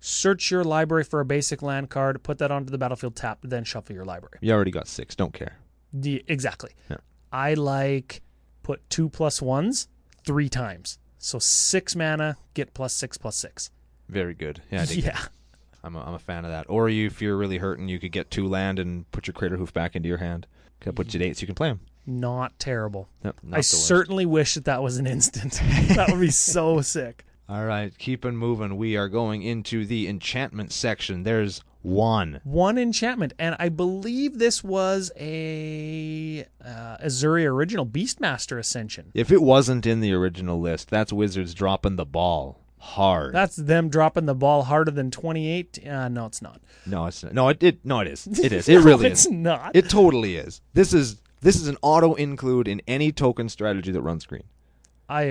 B: Search your library for a basic land card, put that onto the battlefield tap, then shuffle your library.
A: You already got six. Don't care.
B: The, exactly.
A: Yeah.
B: I like put two plus ones three times. So six mana, get plus six plus six.
A: Very good. Yeah, I dig
B: yeah.
A: I'm a, I'm a fan of that. Or you, if you're really hurting, you could get two land and put your crater hoof back into your hand. Could put your dates. You can play them.
B: Not terrible.
A: Yep, not
B: I
A: the worst.
B: certainly wish that that was an instant. that would be so sick.
A: All right, keeping moving. We are going into the enchantment section. There's one.
B: One enchantment, and I believe this was a uh, Azuri original Beastmaster Ascension.
A: If it wasn't in the original list, that's Wizards dropping the ball hard.
B: That's them dropping the ball harder than 28. Uh, no, it's not.
A: no, it's not. No, it, it no, it is. It is. It really
B: it's
A: is.
B: not.
A: It totally is. This is this is an auto include in any token strategy that runs green,
B: I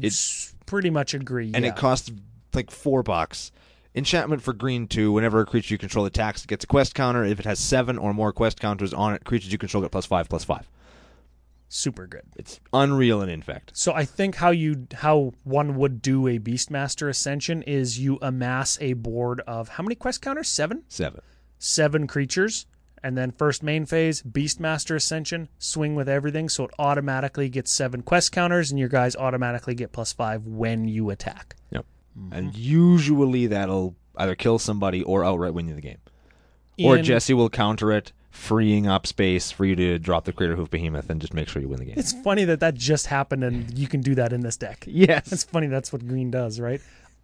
A: It's-
B: pretty much agree.
A: and
B: yeah.
A: it costs like four bucks. Enchantment for green two. Whenever a creature you control attacks, it gets a quest counter. If it has seven or more quest counters on it, creatures you control get plus five, plus five.
B: super good.
A: It's unreal and in fact.
B: So I think how you how one would do a Beastmaster Ascension is you amass a board of how many quest counters? Seven.
A: Seven.
B: seven creatures, and then first main phase, Beastmaster Ascension, swing with everything, so it automatically gets seven quest counters, and your guys automatically get plus five when you attack.
A: Yep.
B: Mm-hmm.
A: And usually that'll either kill somebody or outright win you the game. Or
B: In-
A: Jesse will counter it, freeing up space for you to drop the Crater Hoof Behemoth and just make sure you win the game.
B: It's funny that that just happened, and you can do that in this deck. It's
A: Yes.
B: funny that's what green does, right?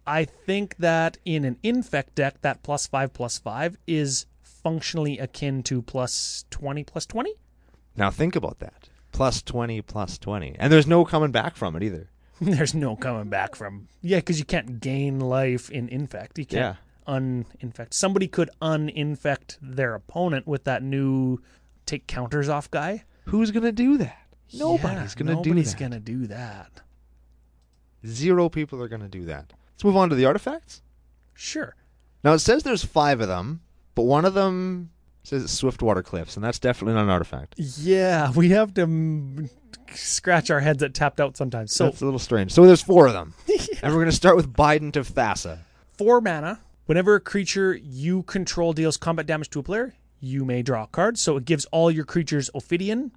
B: I think that in an infect deck, that plus five plus five is functionally akin to plus twenty plus twenty.
A: Now think about that. Plus 20, plus 20. And there's no coming back from it either.
B: There's no coming back from yeah, because you can't gain life in infect. You can't uninfect. Somebody could uninfect their opponent with that new take counters off guy.
A: Who's going to do that? Nobody's
B: Yeah,
A: going to
B: nobody's
A: do that.
B: gonna do that.
A: Zero people are going to do that. Let's move on to the artifacts.
B: Sure.
A: Now it says there's five of them, but one of them says it's Swiftwater Cliffs, and that's definitely not an artifact.
B: Yeah, we have to mm, scratch our heads at tapped out sometimes.
A: So
B: So
A: it's a little strange. So there's four of them. And we're going to start with Bident of Thassa.
B: four mana. Whenever a creature you control deals combat damage to a player, you may draw a card. So it gives all your creatures Ophidian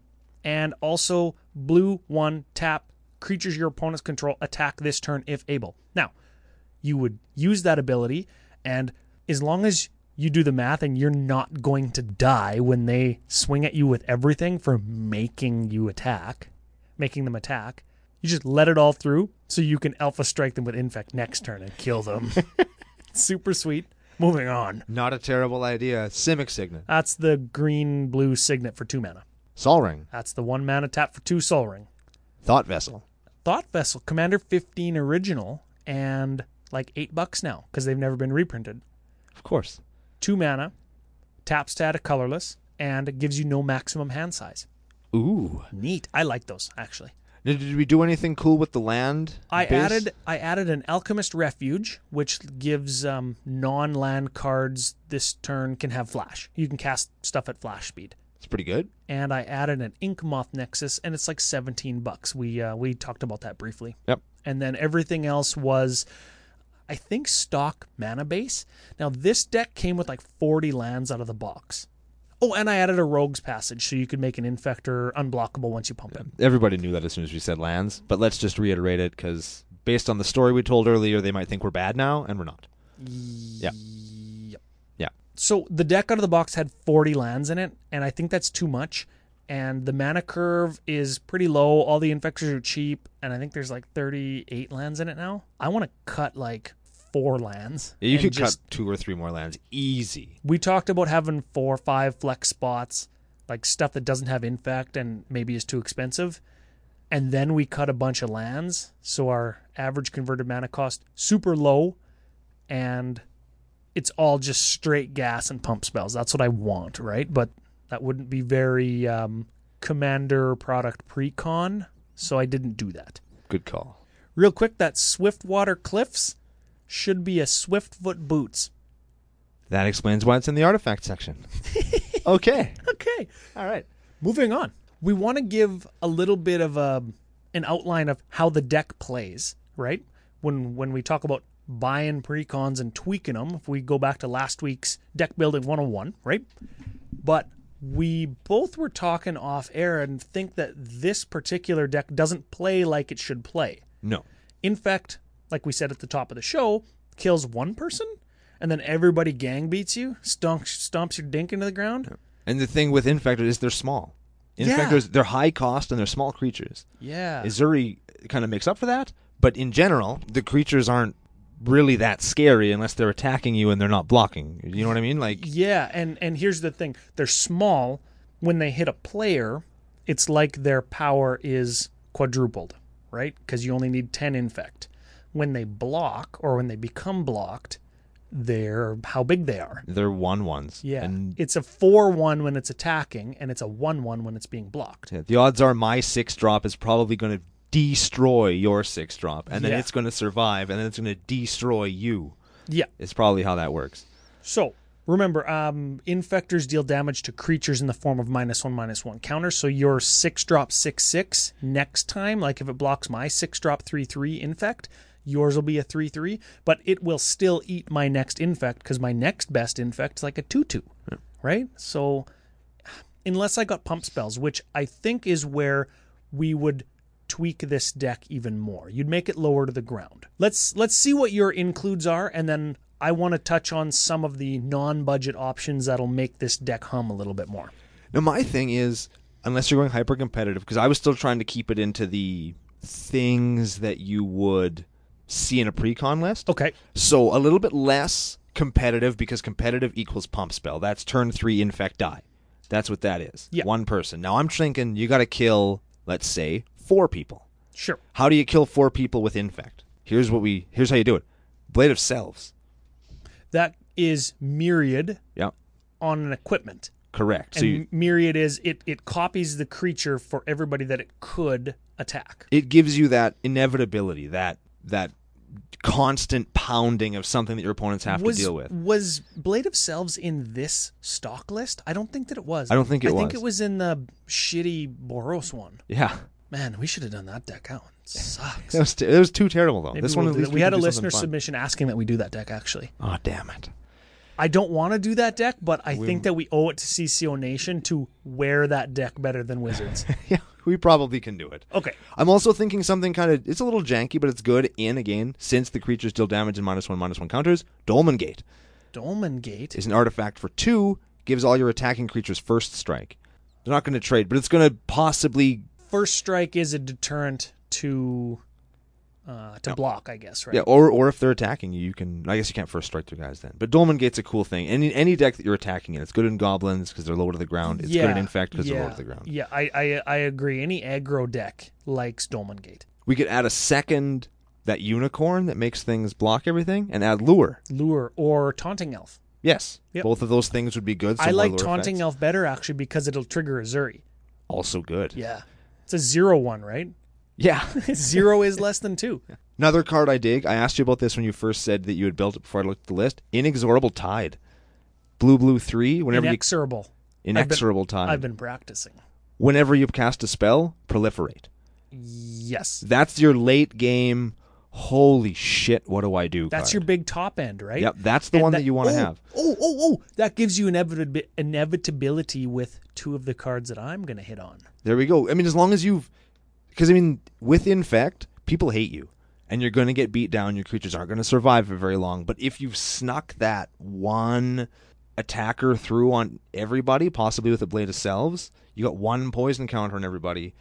B: and also blue one tap creatures your opponents control attack this turn if able. Now, you would use that ability, and as long as you do the math and you're not going to die when they swing at you with everything for making you attack, making them attack, you just let it all through so you can alpha strike them with infect next turn and kill them. Super sweet. Moving on.
A: Not a terrible idea. Simic Signet.
B: That's the green blue signet for two mana.
A: Sol Ring.
B: That's the one mana tap for two soul ring.
A: Thought Vessel.
B: Thought Vessel Commander 15 original and like 8 bucks now cuz they've never been reprinted.
A: Of course.
B: 2 mana, tap stat a colorless and it gives you no maximum hand size.
A: Ooh.
B: Neat. I like those actually.
A: Did, did we do anything cool with the land?
B: I
A: base?
B: added I added an alchemist refuge, which gives um, non-land cards this turn can have flash. You can cast stuff at flash speed.
A: It's pretty good.
B: And I added an ink moth nexus, and it's like seventeen bucks. We uh, we talked about that briefly.
A: Yep.
B: And then everything else was, I think, stock mana base. Now this deck came with like forty lands out of the box. Oh, and I added a rogue's passage, so you could make an infector unblockable once you pump it.
A: Everybody knew that as soon as we said lands, but let's just reiterate it because based on the story we told earlier, they might think we're bad now, and we're not. Yeah.
B: Yep.
A: Yeah.
B: So the deck out of the box had 40 lands in it, and I think that's too much. And the mana curve is pretty low. All the infectors are cheap, and I think there's like 38 lands in it now. I want to cut like four lands.
A: Yeah, you
B: and
A: could
B: just-
A: cut two or three more lands easy.
B: We talked about having four or five flex spots, like stuff that doesn't have infect and maybe is too expensive. And then we cut a bunch of lands, so our average converted mana cost super low, and it's all just straight gas and pump spells. That's what I want, right? But that wouldn't be very um, commander product pre-con, so I didn't do that.
A: Good call.
B: Real quick, that Swiftwater Cliffs should be a Swiftfoot Boots.
A: That explains why it's in the artifact section. okay.
B: Okay.
A: All right.
B: Moving on, we want to give a little bit of a an outline of how the deck plays, right? When when we talk about buying precons and tweaking them, if we go back to last week's deck building 101, right? But we both were talking off air and think that this particular deck doesn't play like it should play.
A: No.
B: In fact, like we said at the top of the show, kills one person and then everybody gang beats you, stonks, stomps your dink into the ground.
A: And the thing with infectors is they're small.
B: Yeah.
A: Infectors, they're high cost and they're small creatures.
B: Yeah.
A: Azuri kind of makes up for that, but in general, the creatures aren't really that scary unless they're attacking you and they're not blocking. You know what I mean? Like
B: Yeah, and and here's the thing: they're small. When they hit a player, it's like their power is quadrupled, right? Because you only need ten infect. When they block or when they become blocked, they're how big they are.
A: they're one ones.
B: Yeah,
A: And
B: it's a four-one when it's attacking, and it's a one-one when it's being blocked.
A: the odds are my six drop is probably going to destroy your six drop, and then
B: Yeah.
A: it's going to survive, and then it's going to destroy you.
B: Yeah.
A: It's probably how that works.
B: So remember, um, infectors deal damage to creatures in the form of minus one, minus one counters. So your six drop six six next time, like if it blocks my six drop three three infect, yours will be a three three, but it will still eat my next infect because my next best infect's like a two two, right? So unless I got pump spells, which I think is where we would tweak this deck even more. You'd make it lower to the ground. Let's let's see what your includes are and then I want to touch on some of the non-budget options that'll make this deck hum a little bit more.
A: Now my thing is, unless you're going hyper competitive, because I was still trying to keep it into the things that you would see in a pre-con list.
B: Okay.
A: So a little bit less competitive because competitive equals pump spell. That's turn three infect die. That's what that is.
B: Yeah.
A: One person. Now I'm thinking you got to kill, let's say, four people.
B: Sure.
A: How do you kill four people with infect? Here's what we. Here's how you do it. Blade of selves.
B: That is myriad
A: Yeah.
B: on an equipment.
A: Correct.
B: And
A: so you,
B: myriad is it it copies the creature for everybody that it could attack.
A: it gives you that inevitability, that that constant pounding of something that your opponents have
B: was,
A: to deal with.
B: Was Blade of Selves in this stock list? I don't think that it was.
A: I don't think it
B: I think
A: was.
B: it was in the shitty Boros one.
A: Yeah,
B: Man, we should have done that deck out. It sucks.
A: it was, t- it was too terrible though.
B: Maybe
A: this
B: we'll
A: one
B: do
A: at least
B: that. we had a
A: can do
B: listener
A: something
B: submission asking that we do that deck actually.
A: fun. Oh damn it!
B: I don't want to do that deck, but I think that we owe it to CCO Nation to wear that deck better than Wizards.
A: yeah, we probably can do it.
B: okay.
A: I'm also thinking something kind of it's a little janky, but it's good. And again, since the creatures deal damage and minus one minus one counters, Dolmen Gate
B: Dolmen Gate.
A: is an artifact for two, gives all your attacking creatures first strike. They're not going to trade, but it's going to possibly
B: First strike is a deterrent to uh, to block, I guess, right?
A: Yeah, or or if they're attacking you, you can. I guess you can't first strike their guys then. But Dolmen Gate's a cool thing. Any any deck that you're attacking in, it's good in goblins because they're lower to the ground. It's good in infect because they're lower to the ground.
B: Yeah, I, I I agree. Any aggro deck likes Dolmen Gate.
A: We could add a second that unicorn that makes things block everything, and add lure.
B: Lure or Taunting Elf.
A: Yes,
B: Yep.
A: both of those things would be good. So
B: I
A: more
B: like
A: lure
B: Taunting
A: effects.
B: Elf better actually because it'll trigger Azuri.
A: Also good.
B: Yeah. It's a zero one, right?
A: Yeah.
B: Zero is less than two.
A: Another card I dig. I asked you about this when you first said that you had built it before I looked at the list. Inexorable Tide. Blue Blue 3, whenever
B: Inexorable.
A: you inexorable tide.
B: I've been practicing.
A: Whenever you cast a spell, proliferate.
B: Yes.
A: That's your late game. Holy shit, what do I do?
B: That's
A: card.
B: your big top end, right?
A: Yep, that's the
B: And
A: one that you wanna
B: oh,
A: have.
B: Oh, oh, oh. That gives you inevit- inevitability with two of the cards that I'm going to hit on.
A: There we go. I mean, as long as you've, because I mean, with infect, people hate you, and you're going to get beat down. Your creatures aren't going to survive for very long. But if you've snuck that one attacker through on everybody, possibly with a blade of selves, you got one poison counter on everybody.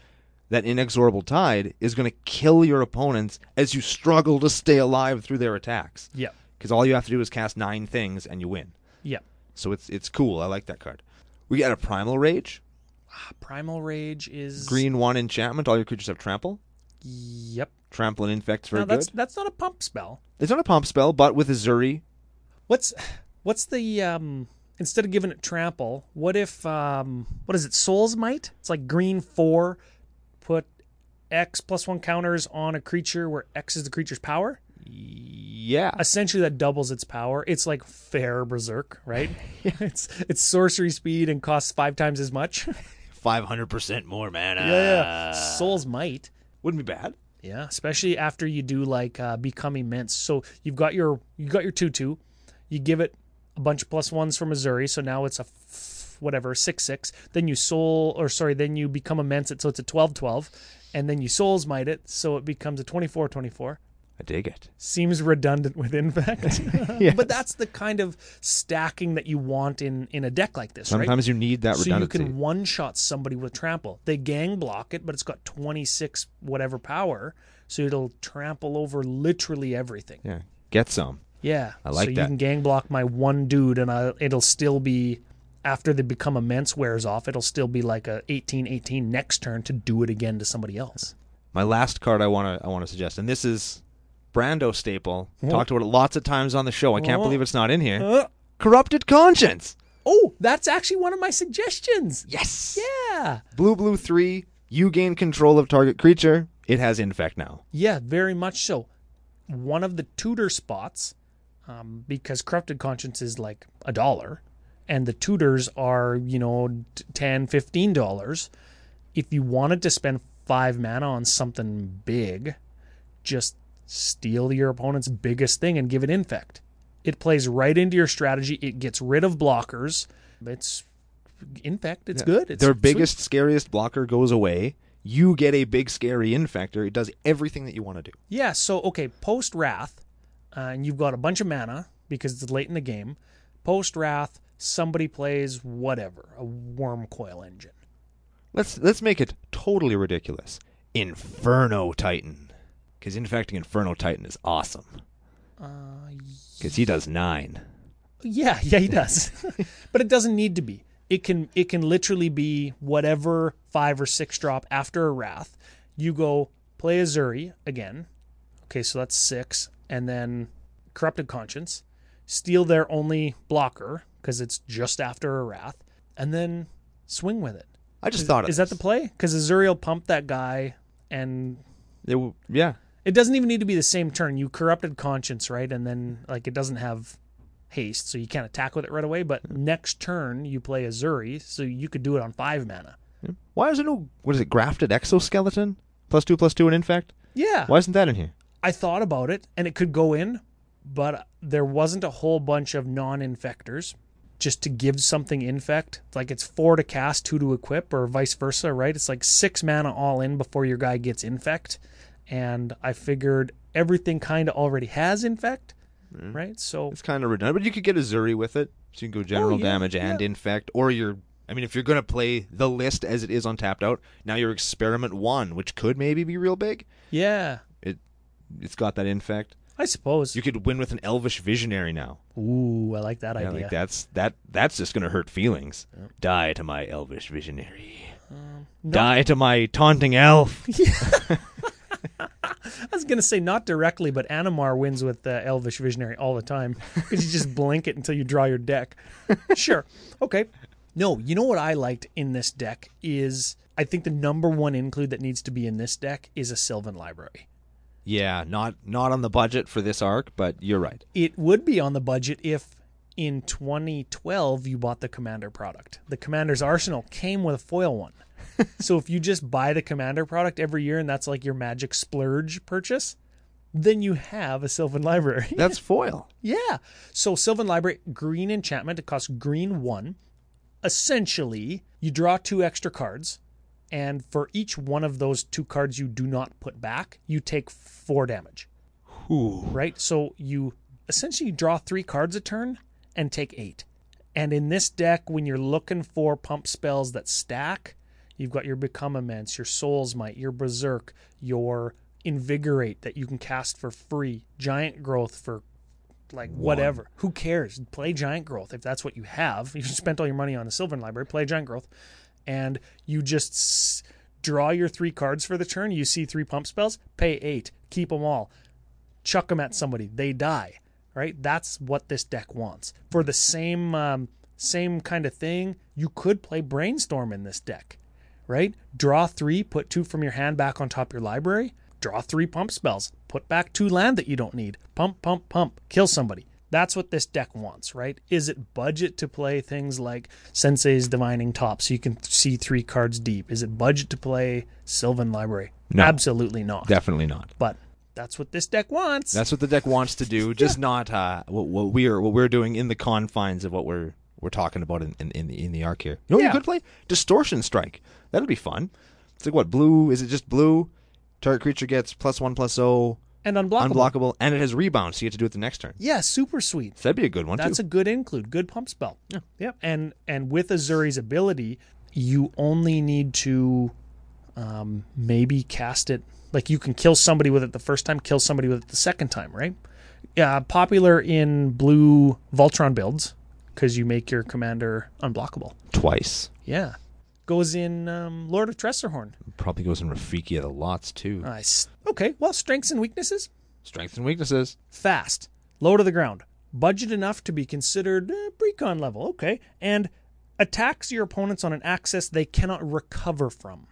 A: That inexorable tide is going to kill your opponents as you struggle to stay alive through their attacks.
B: Yep.
A: Because all you have to do is cast nine things and you win.
B: Yep.
A: So it's it's cool. I like that card. We got a primal rage,
B: Ah, Primal Rage is.
A: green one enchantment. All your creatures have trample.
B: Yep.
A: Trample and Infect's very
B: Now, Oh, that's,
A: good.
B: that's not a pump spell.
A: It's not a pump spell, but with Azuri,
B: What's what's the um instead of giving it trample, what if um what is it, Soul's Might? It's like green four, put X plus one counters on a creature where X is the creature's power.
A: yeah,
B: Essentially that doubles its power. It's like fair berserk, right? It's it's sorcery speed and costs five times as much.
A: five hundred percent more mana.
B: Soul's Might.
A: wouldn't be bad.
B: Yeah, especially after you do like uh, become immense. So you've got your you got your two two, you give it a bunch of plus ones from Missouri. So now it's a f- whatever six six. Then you soul or sorry, then you become immense it. So it's a 12-12. and then you souls might it. So it becomes a 24-24.
A: I dig it.
B: Seems redundant with infect, but that's the kind of stacking that you want in in a deck like this, right?
A: Sometimes you need that
B: so you
A: redundancy.
B: can one shot somebody with trample. They gang block it, but it's got 26 whatever power, so it'll trample over literally everything.
A: Yeah, get some.
B: Yeah, I
A: like
B: so
A: that.
B: you can gang block my one dude, and I, it'll still be after the become immense wears off. It'll still be like a 18-18 next turn to do it again to somebody else.
A: My last card I want to I want to suggest, and this is Brando staple. Talked about it lots of times on the show. I can't believe it's not in here.
B: Uh,
A: Corrupted conscience.
B: oh, that's actually one of my suggestions.
A: Yes.
B: Yeah,
A: Blue blue three. You gain control of target creature. It has infect now.
B: yeah, very much so. One of the tutor spots um, because corrupted conscience is like a dollar and the tutors are you know t- 10 15 dollars if you wanted to spend five mana on something big just steal your opponent's biggest thing and give it infect it plays right into your strategy it gets rid of blockers it's infect it's good it's
A: Their
B: sweet.
A: biggest, scariest blocker goes away. You get a big, scary infector. It does everything that you want to do.
B: Yeah, so okay, post Wrath, uh, and you've got a bunch of mana because it's late in the game. Post Wrath, somebody plays whatever, a worm coil engine.
A: Let's let's make it totally ridiculous. Inferno Titan, because infecting Inferno Titan is awesome.
B: Uh,
A: Because he does nine.
B: Yeah, yeah, he does. but it doesn't need to be. It can it can literally be whatever five or six drop after a wrath. You go play Azuri again. Okay, so that's six, and then corrupted conscience. Steal their only blocker because it's just after a wrath, and then swing with it.
A: I just thought of
B: Is that the play? Because Azuri will pump that guy, and
A: the it, yeah?
B: it doesn't even need to be the same turn. You corrupted conscience, right? And then like it doesn't have haste, so you can't attack with it right away. But next turn you play Azuri, so you could do it on five mana.
A: Why is it no? What is it? Grafted exoskeleton plus two plus two and infect.
B: Yeah,
A: Why isn't that in here?
B: I thought about it, and it could go in, but there wasn't a whole bunch of non-infectors. Just to give something infect, like it's four to cast, two to equip, or vice versa, right? It's like six mana all in before your guy gets infect. And I figured everything kind of already has infect, right? So
A: It's kind of redundant, but you could get Azuri with it, so you can go general
B: Oh, yeah,
A: damage and infect, or you're. I mean, if you're gonna play the list as it is on tapped out, now your experiment one, which could maybe be real big,
B: yeah,
A: it it's got that infect.
B: I suppose.
A: You could win with an elvish visionary now.
B: Ooh, I like that
A: Yeah,
B: idea.
A: like that's that that's just gonna hurt feelings. Die to my elvish visionary.
B: Um,
A: Die to my taunting elf.
B: I was gonna say not directly, but Animar wins with uh, Elvish Visionary all the time because you just blink it until you draw your deck. sure, okay. No, you know what I liked in this deck is I think the number one include that needs to be in this deck is a Sylvan Library.
A: Yeah, not not on the budget for this arc, but you're right.
B: It would be on the budget if in 2012 you bought the Commander product. The Commander's Arsenal came with a foil one. so if you just buy the Commander product every year and that's like your magic splurge purchase, then you have a Sylvan Library.
A: That's foil.
B: Yeah. So Sylvan Library, green enchantment. It costs green one. Essentially, you draw two extra cards, and for each one of those two cards you do not put back, you take four damage. Right? So you essentially draw three cards a turn and take eight. And in this deck, when you're looking for pump spells that stack, you've got your Become Immense, your Soul's Might, your Berserk, your Invigorate that you can cast for free, Giant Growth for like whatever. Who cares? Play Giant Growth if that's what you have. You spent all your money on the Sylvan Library. Play Giant Growth, and you just s- draw your three cards for the turn. You see three pump spells. Pay eight. Keep them all. Chuck them at somebody. They die. Right. That's what this deck wants. For the same um, same kind of thing, you could play Brainstorm in this deck. Right. Draw three. Put two from your hand back on top of your library. Draw three pump spells. Put back two land that you don't need. Pump, pump, pump. Kill somebody. That's what this deck wants, right? Is it budget to play things like Sensei's Divining Top so you can th- see three cards deep? Is it budget to play Sylvan Library?
A: No.
B: Absolutely not.
A: Definitely not.
B: But that's what this deck wants.
A: That's what the deck wants to do, just not uh, what, what we are what we're doing in the confines of what we're we're talking about in in, in the in the arc here. You know, what
B: Yeah.
A: you could play distortion strike. That'll be fun. It's like what blue? Is it just blue? Target creature gets plus one plus zero,
B: and unblockable.
A: unblockable, and it has rebound, so you get to do it the next turn.
B: yeah, super sweet.
A: So that'd be a good one
B: That's
A: too.
B: a good include, good pump spell. Yeah. Yep. And and with Azuri's ability, you only need to um, maybe cast it like you can kill somebody with it the first time, kill somebody with it the second time, right? Yeah, popular in blue Voltron builds because you make your commander unblockable.
A: Twice.
B: Yeah. Goes in um, Lord of Tressorhorn.
A: Probably goes in Rafiki of the lots too.
B: Nice. Okay, well, strengths and weaknesses.
A: Strengths and weaknesses.
B: fast, low to the ground, budget enough to be considered eh, precon level, okay, and attacks your opponents on an axis they cannot recover from.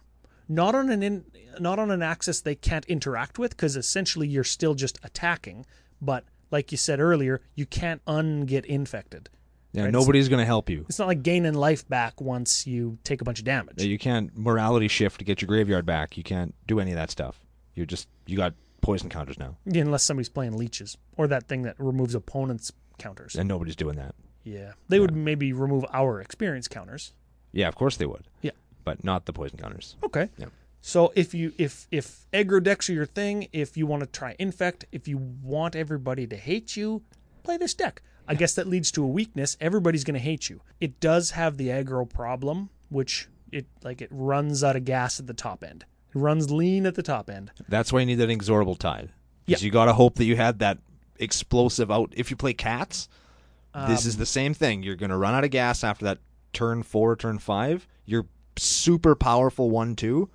B: Not on an in, not on an axis they can't interact with because essentially you're still just attacking, but like you said earlier, you can't un get infected.
A: Yeah,
B: Right,
A: nobody's gonna help you.
B: It's not like gaining life back once you take a bunch of damage.
A: Yeah, You can't morality shift to get your graveyard back. You can't do any of that stuff. You're just you got poison counters now,
B: Yeah, Unless somebody's playing leeches or that thing that removes opponents' counters.
A: and nobody's doing that.
B: Yeah. They would maybe remove our experience counters.
A: Yeah, of course they would.
B: Yeah.
A: but not the poison counters.
B: Okay.
A: Yeah.
B: So if you if if aggro decks are your thing, if you want to try infect, if you want everybody to hate you, play this deck. I guess that leads to a weakness. Everybody's going to hate you. It does have the aggro problem, which it like it runs out of gas at the top end. It runs lean at the top end.
A: That's why you need that inexorable tide.
B: Yeah.
A: Because you got to hope that you had that explosive out. If you play cats, this is the same thing. You're going to run out of gas after that turn four, turn five. Your super powerful one two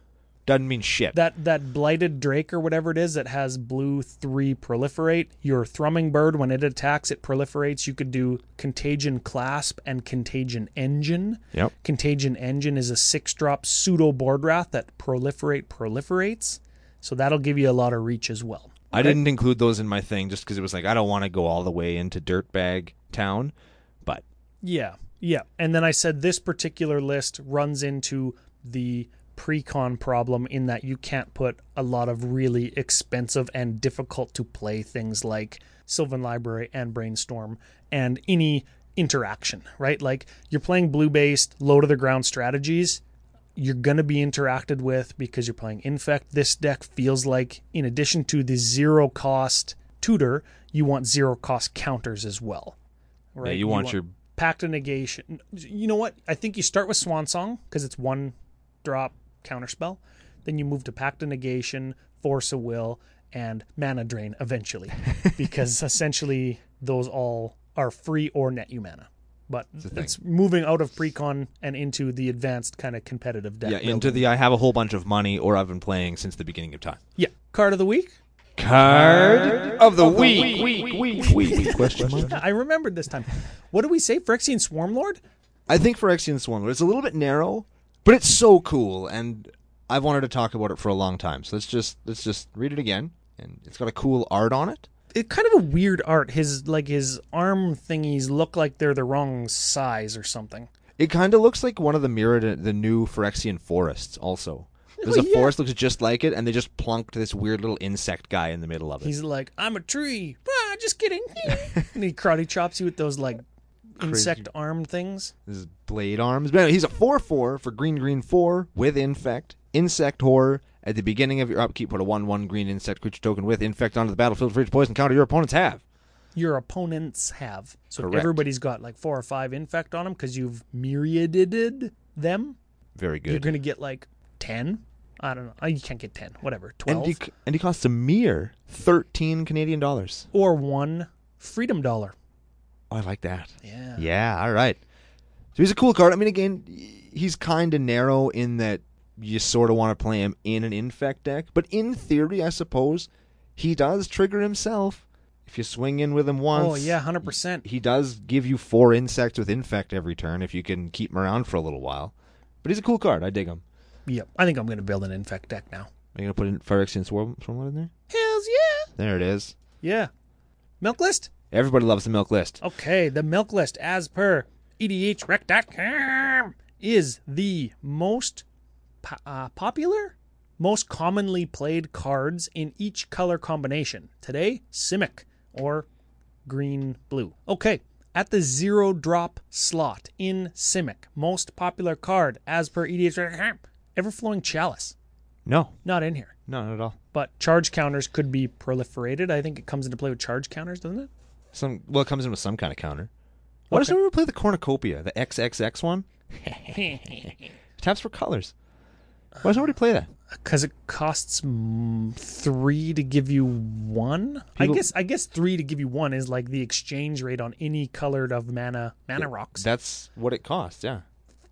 A: doesn't mean shit.
B: That that blighted drake or whatever it is that has blue three proliferate. Your thrumming bird when it attacks, it proliferates. You could do contagion clasp and contagion engine.
A: yep.
B: Contagion Engine is a six drop pseudo board wrath that proliferate proliferates. So that'll give you a lot of reach as well.
A: I didn't include those in my thing just because it was like I don't want to go all the way into dirtbag town, but
B: Yeah. Yeah. And then I said this particular list runs into the precon problem in that you can't put a lot of really expensive and difficult to play things like Sylvan Library and Brainstorm and any interaction, right? Like you're playing blue based, low to the ground strategies. you're going to be interacted with because you're playing infect this deck feels like in addition to the zero cost tutor you want zero cost counters as well right
A: you want your-
B: pact of negation you know what i think you start with swan song because it's one drop counterspell then you move to pact of negation force of will and mana drain eventually because essentially those all are free or net you mana but it's moving out of precon and into the advanced kind of competitive deck.
A: yeah,
B: building.
A: into the I have a whole bunch of money or I've been playing since the beginning of time.
B: yeah. Card of the week.
A: Card of the week. Week, week, week. Question mark.
B: I remembered this time. What do we say? Phyrexian Swarmlord.
A: I think Phyrexian Swarmlord. It's a little bit narrow. But it's so cool, and I've wanted to talk about it for a long time. So let's just let's just read it again, and it's got a cool art on it.
B: It kind of a weird art. His like his arm thingies look like they're the wrong size or something.
A: It kind of looks like one of the mirrored the new Phyrexian forests. Also, there's
B: Oh,
A: a
B: yeah.
A: forest that looks just like it, and they just plunked this weird little insect guy in the middle of it.
B: He's like, I'm a tree. Ah, just kidding. and he karate chops you with those like insect arm things.
A: His blade arms. But he's a 4 4 for green, green 4 with infect. Insect horror. At the beginning of your upkeep, put a 1 1 green insect creature token with infect onto the battlefield for each poison counter your opponents have.
B: Your opponents have. So
A: Correct.
B: everybody's got like four or five infect on them because you've myriaded them.
A: Very
B: You're
A: good.
B: gonna get like ten. I don't know. Uh, You can't get ten. Whatever.
A: And
B: Twelve
A: he, and he costs a mere 13 Canadian dollars.
B: or one freedom dollar.
A: Oh, I like that.
B: Yeah.
A: Yeah, all right. So he's a cool card. I mean, again, y- he's kind of narrow in that you sort of want to play him in an infect deck, but in theory, I suppose he does trigger himself if you swing in with him once.
B: Oh yeah, hundred percent.
A: He does give you four insects with infect every turn if you can keep him around for a little while. But he's a cool card. I dig him.
B: Yep. I think I'm gonna build an infect deck now.
A: Are you gonna put in Phyrexian Swarm Swarmlord in there?
B: Hells yeah.
A: There it is.
B: Yeah. Milk list.
A: Everybody loves the milk list.
B: Okay, the milk list, as per E edhrec.com, is the most po- uh, popular, most commonly played cards in each color combination. Today, Simic or green blue. Okay, at the zero drop slot in Simic, most popular card, as per E edhrec.com, Everflowing Chalice.
A: No,
B: Not in here,
A: no, not at all.
B: but charge counters could be proliferated. I think it comes into play with charge counters, doesn't it?
A: Some well, it comes in with some kind of counter. Why does
B: Okay.
A: everyone play the cornucopia, the XXX one? Taps for colors. Why does nobody play that?
B: because it costs mm, three to give you one.
A: People-
B: I guess I guess three to give you one is like the exchange rate on any colored of mana mana rocks.
A: That's what it costs. Yeah.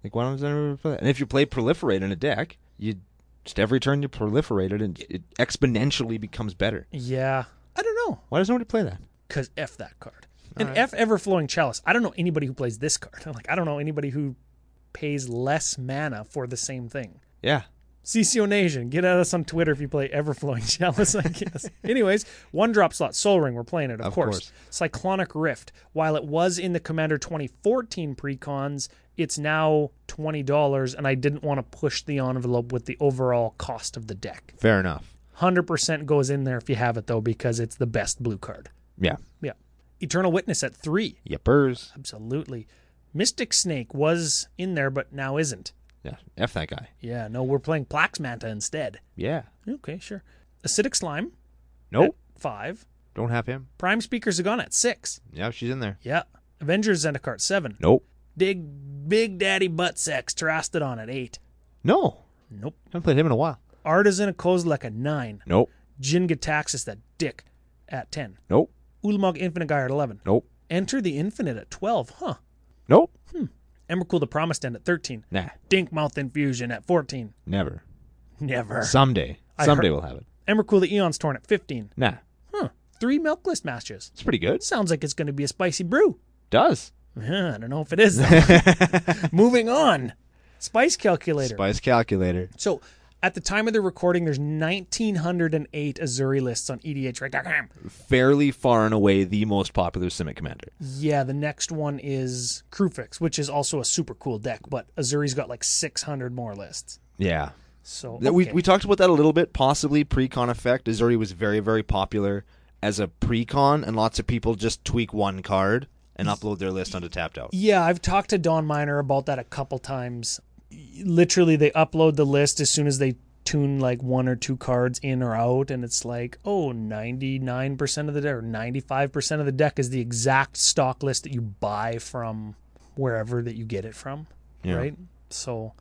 A: Like why don't everyone play that? And if you play proliferate in a deck, you just every turn you proliferate it, and it exponentially becomes better.
B: yeah, I don't know
A: Why does nobody play that?
B: because f that card and f everflowing chalice. I don't know anybody who plays this card. like I don't know anybody who pays less mana for the same thing.
A: Yeah.
B: CCO Nation, get at us on Twitter if you play Everflowing Chalice, I guess. Anyways, one drop slot, Soul Ring, we're playing it, of,
A: Of course.
B: course. Cyclonic Rift, while it was in the Commander 2014 pre-cons, it's now $20, and I didn't want to push the envelope with the overall cost of the deck.
A: Fair enough.
B: 100% goes in there if you have it, though, because it's the best blue card.
A: Yeah.
B: Yeah. Eternal Witness at three.
A: Yippers.
B: Absolutely. Mystic Snake was in there, but now isn't.
A: Yeah. F that guy.
B: Yeah, no, we're playing Plax Manta instead.
A: Yeah.
B: Okay, sure. Acidic Slime.
A: Nope.
B: at five.
A: Don't have him.
B: Prime Speaker Zagon at six.
A: Yeah, she's in there.
B: Yeah. Avengers Zendikar seven.
A: Nope.
B: Big Big Daddy Butt Sex Terastodon at eight.
A: No.
B: Nope.
A: Haven't played him in a while.
B: Artisan of Kozilek at nine.
A: Nope.
B: Jingataxis that dick at ten.
A: Nope.
B: Ulamog Infinite Guy at eleven.
A: Nope.
B: Enter the Infinite at twelve. Huh.
A: Nope.
B: Emrakul the Promised End at thirteen.
A: Nah.
B: Dink Mouth Infusion at fourteen.
A: Never.
B: Never.
A: Someday.
B: I
A: Someday
B: heard-
A: we'll have it.
B: Emrakul the Eon's Torn at fifteen.
A: Nah.
B: Huh. Three milk list matches.
A: It's pretty good.
B: Sounds like it's going to be a spicy brew.
A: Does.
B: Yeah, I don't know if it is. though. Moving on. Spice calculator.
A: Spice calculator.
B: So at the time of the recording, there's 1,908 Azuri lists on E EDHREC.com.
A: Fairly far and away the most popular Simic commander.
B: Yeah, the next one is Crufix, which is also a super cool deck, but Azuri's got like 600 more lists.
A: Yeah.
B: So
A: Th- We,
B: okay.
A: we talked about that a little bit, possibly pre-con effect. Azuri was very, very popular as a pre-con, and lots of people just tweak one card and upload their list onto Tapped Out.
B: Yeah, I've talked to Don Miner about that a couple times. Literally, they upload the list as soon as they tune like one or two cards in or out, and it's like, oh, 99% of the deck or 95% of the deck is the exact stock list that you buy from wherever that you get it from.
A: Yeah.
B: Right? So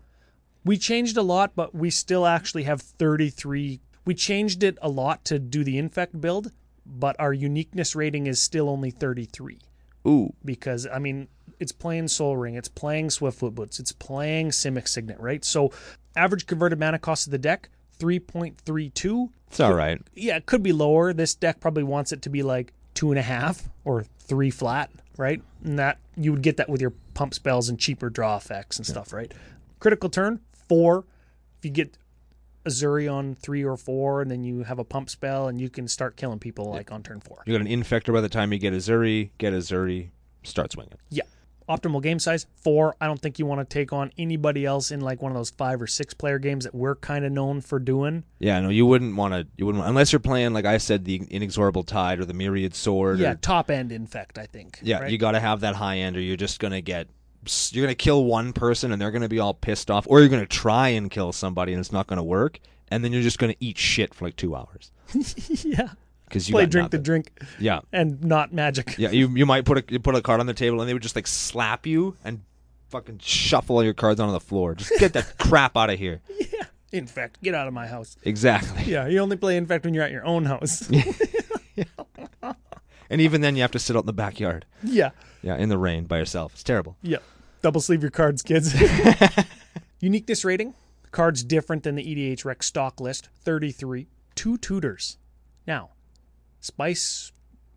B: we changed a lot, but we still actually have 33. We changed it a lot to do the infect build, but our uniqueness rating is still only 33
A: Ooh.
B: because I mean it's playing Soul Ring, it's playing Swiftfoot Boots, it's playing Simic Signet, right? So average converted mana cost of the deck three point three two.
A: It's all right.
B: Yeah, it could be lower. This deck probably wants it to be like two and a half or three flat, right? And that you would get that with your pump spells and cheaper draw effects and stuff, right? Critical turn four. If you get Azuri on three or four, and then you have a pump spell, and you can start killing people like on turn four.
A: You got an infector by the time you get Azuri, get Azuri, start swinging.
B: Yeah. Optimal game size, four. I don't think you want to take on anybody else in like one of those five or six player games that we're kind of known for doing.
A: Yeah, no, you wouldn't want to. You wouldn't unless you're playing like I said, the inexorable tide or the myriad sword.
B: Yeah,
A: or,
B: top end infect, I think.
A: yeah,
B: right?
A: you got to have that high end, or you're just gonna get. You're gonna kill one person, and they're gonna be all pissed off, or you're gonna try and kill somebody, and it's not gonna work, and then you're just gonna eat shit for like two hours
B: yeah.
A: because you
B: Play
A: got
B: drink the
A: nothing.
B: drink
A: Yeah,
B: and not magic.
A: yeah. You you might put a you put a card on the table, and they would just like slap you and fucking shuffle all your cards onto the floor. Just get that crap out of here.
B: yeah. Infect, get out of my house.
A: Exactly.
B: Yeah, you only play infect when you're at your own house.
A: And even then, you have to sit out in the backyard.
B: yeah.
A: Yeah, in the rain by yourself. It's terrible.
B: Yep. Double sleeve your cards, kids. Uniqueness rating. The card's different than the EDH Rec stock list. 33. Two tutors. Now, Spice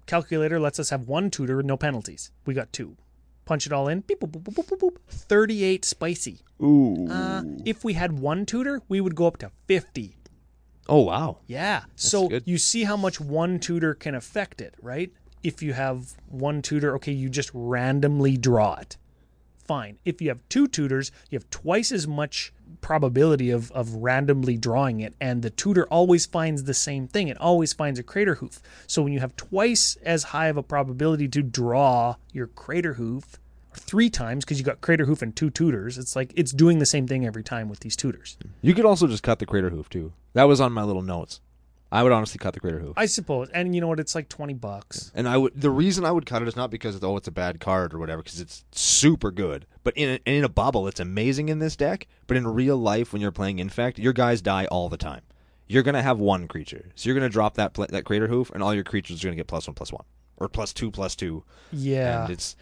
B: Calculator lets us have one tutor with no penalties. We got two. Punch it all in. Beep, boop, boop, boop, boop, boop. 38 spicy.
A: Ooh.
B: Uh, if we had one tutor, we would go up to 50.
A: oh wow.
B: Yeah. so
A: good.
B: you see how much one tutor can affect it, right? If you have one tutor, okay, you just randomly draw it. Fine. If you have two tutors, you have twice as much probability of, of randomly drawing it, and the tutor always finds the same thing. It always finds a crater hoof. So when you have twice as high of a probability to draw your crater hoof, or three times because you got crater hoof and two tutors, it's like it's doing the same thing every time with these tutors.
A: You could also just cut the crater hoof too. That was on my little notes. I would honestly cut the crater hoof.
B: I suppose. And you know what? It's like 20 bucks.
A: and I would. The reason I would cut it is not because oh it's a bad card or whatever, because it's super good. But in a, in a bubble, it's amazing in this deck. But in real life, when you're playing Infect, your guys die all the time. You're gonna have one creature, so you're gonna drop that pla that crater hoof, and all your creatures are gonna get plus one, plus one, or plus two, plus two.
B: Yeah.
A: And it's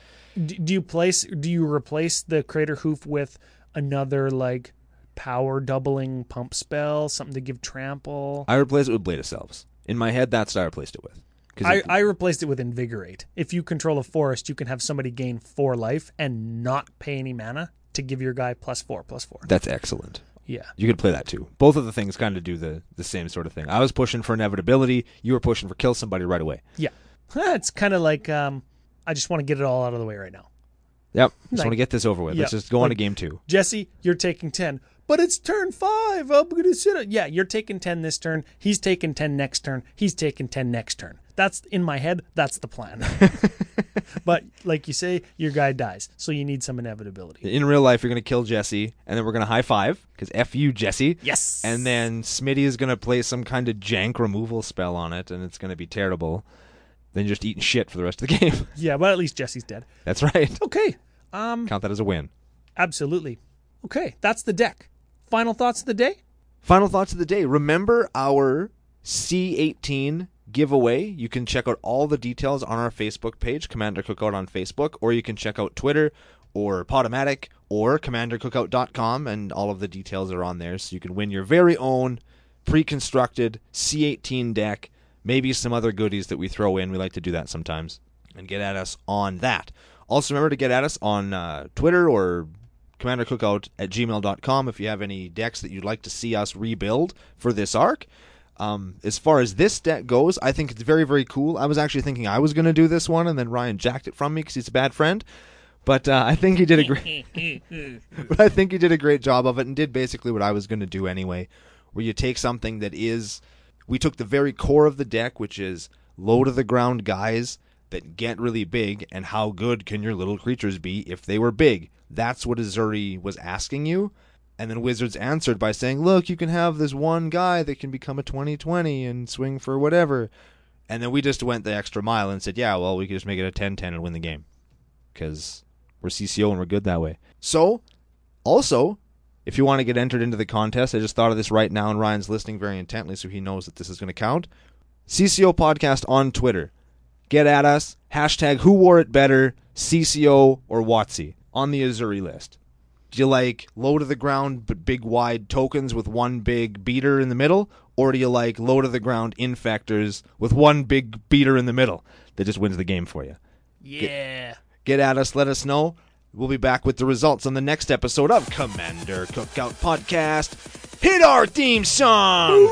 B: D- do you place? Do you replace the crater hoof with another like power doubling pump spell, something to give trample?
A: I replace it with Blade of Selves. In my head, that's what I replaced it with. 'Cause
B: I,
A: it-
B: I replaced it with invigorate. If you control a forest, you can have somebody gain four life and not pay any mana to give your guy plus four, plus four.
A: that's excellent.
B: Yeah.
A: You could play that too. Both of the things kind of do the, the same sort of thing. I was pushing for inevitability. You were pushing for kill somebody right away.
B: Yeah. it's kind of like um, I just want to get it all out of the way right now.
A: Yep. Just
B: Like-
A: want to get this over with. Let's
B: yeah,
A: just go on to
B: like-
A: game two.
B: Jesse, you're taking 10. But it's turn five. I'm going to sit it. Yeah, you're taking 10 this turn. He's taking 10 next turn. He's taking 10 next turn. That's in my head. That's the plan. but like you say, your guy dies. So you need some inevitability.
A: In real life, you're going to kill Jesse, and then we're going to high five because F you, Jesse.
B: Yes.
A: And then Smitty is going to play some kind of jank removal spell on it, and it's going to be terrible. Then you're just eating shit for the rest of the game.
B: Yeah, but at least Jesse's dead.
A: That's right.
B: Okay. Um,
A: Count that as a win.
B: absolutely. Okay, that's the deck. Final thoughts of the day?
A: Final thoughts of the day. Remember our C18 giveaway. You can check out all the details on our Facebook page, Commander Cookout on Facebook, or you can check out Twitter or Podomatic or CommanderCookout.com, and all of the details are on there. So you can win your very own pre constructed C18 deck, maybe some other goodies that we throw in. We like to do that sometimes. And get at us on that. Also, remember to get at us on uh, Twitter or commandercookout at gmail.com if you have any decks that you'd like to see us rebuild for this arc. Um, as far as this deck goes, I think it's very, very cool. I was actually thinking I was going to do this one, and then Ryan jacked it from me because he's a bad friend. But uh, I think he did a great. but I think he did a great job of it, and did basically what I was going to do anyway, where you take something that is, we took the very core of the deck, which is low to the ground guys that get really big, and how good can your little creatures be if they were big? That's what Azuri was asking you. And then Wizards answered by saying, Look, you can have this one guy that can become a 2020 and swing for whatever. And then we just went the extra mile and said, Yeah, well, we could just make it a 10 10 and win the game. Because we're CCO and we're good that way. So, also, if you want to get entered into the contest, I just thought of this right now, and Ryan's listening very intently, so he knows that this is going to count. CCO Podcast on Twitter. Get at us. Hashtag who wore it better, CCO or Watsy, on the Azuri list. Do you like low to the ground but big wide tokens with one big beater in the middle? Or do you like low to the ground infectors with one big beater in the middle that just wins the game for you?
B: Yeah.
A: Get at us, let us know. We'll be back with the results on the next episode of Commander Cookout Podcast. Hit our theme song!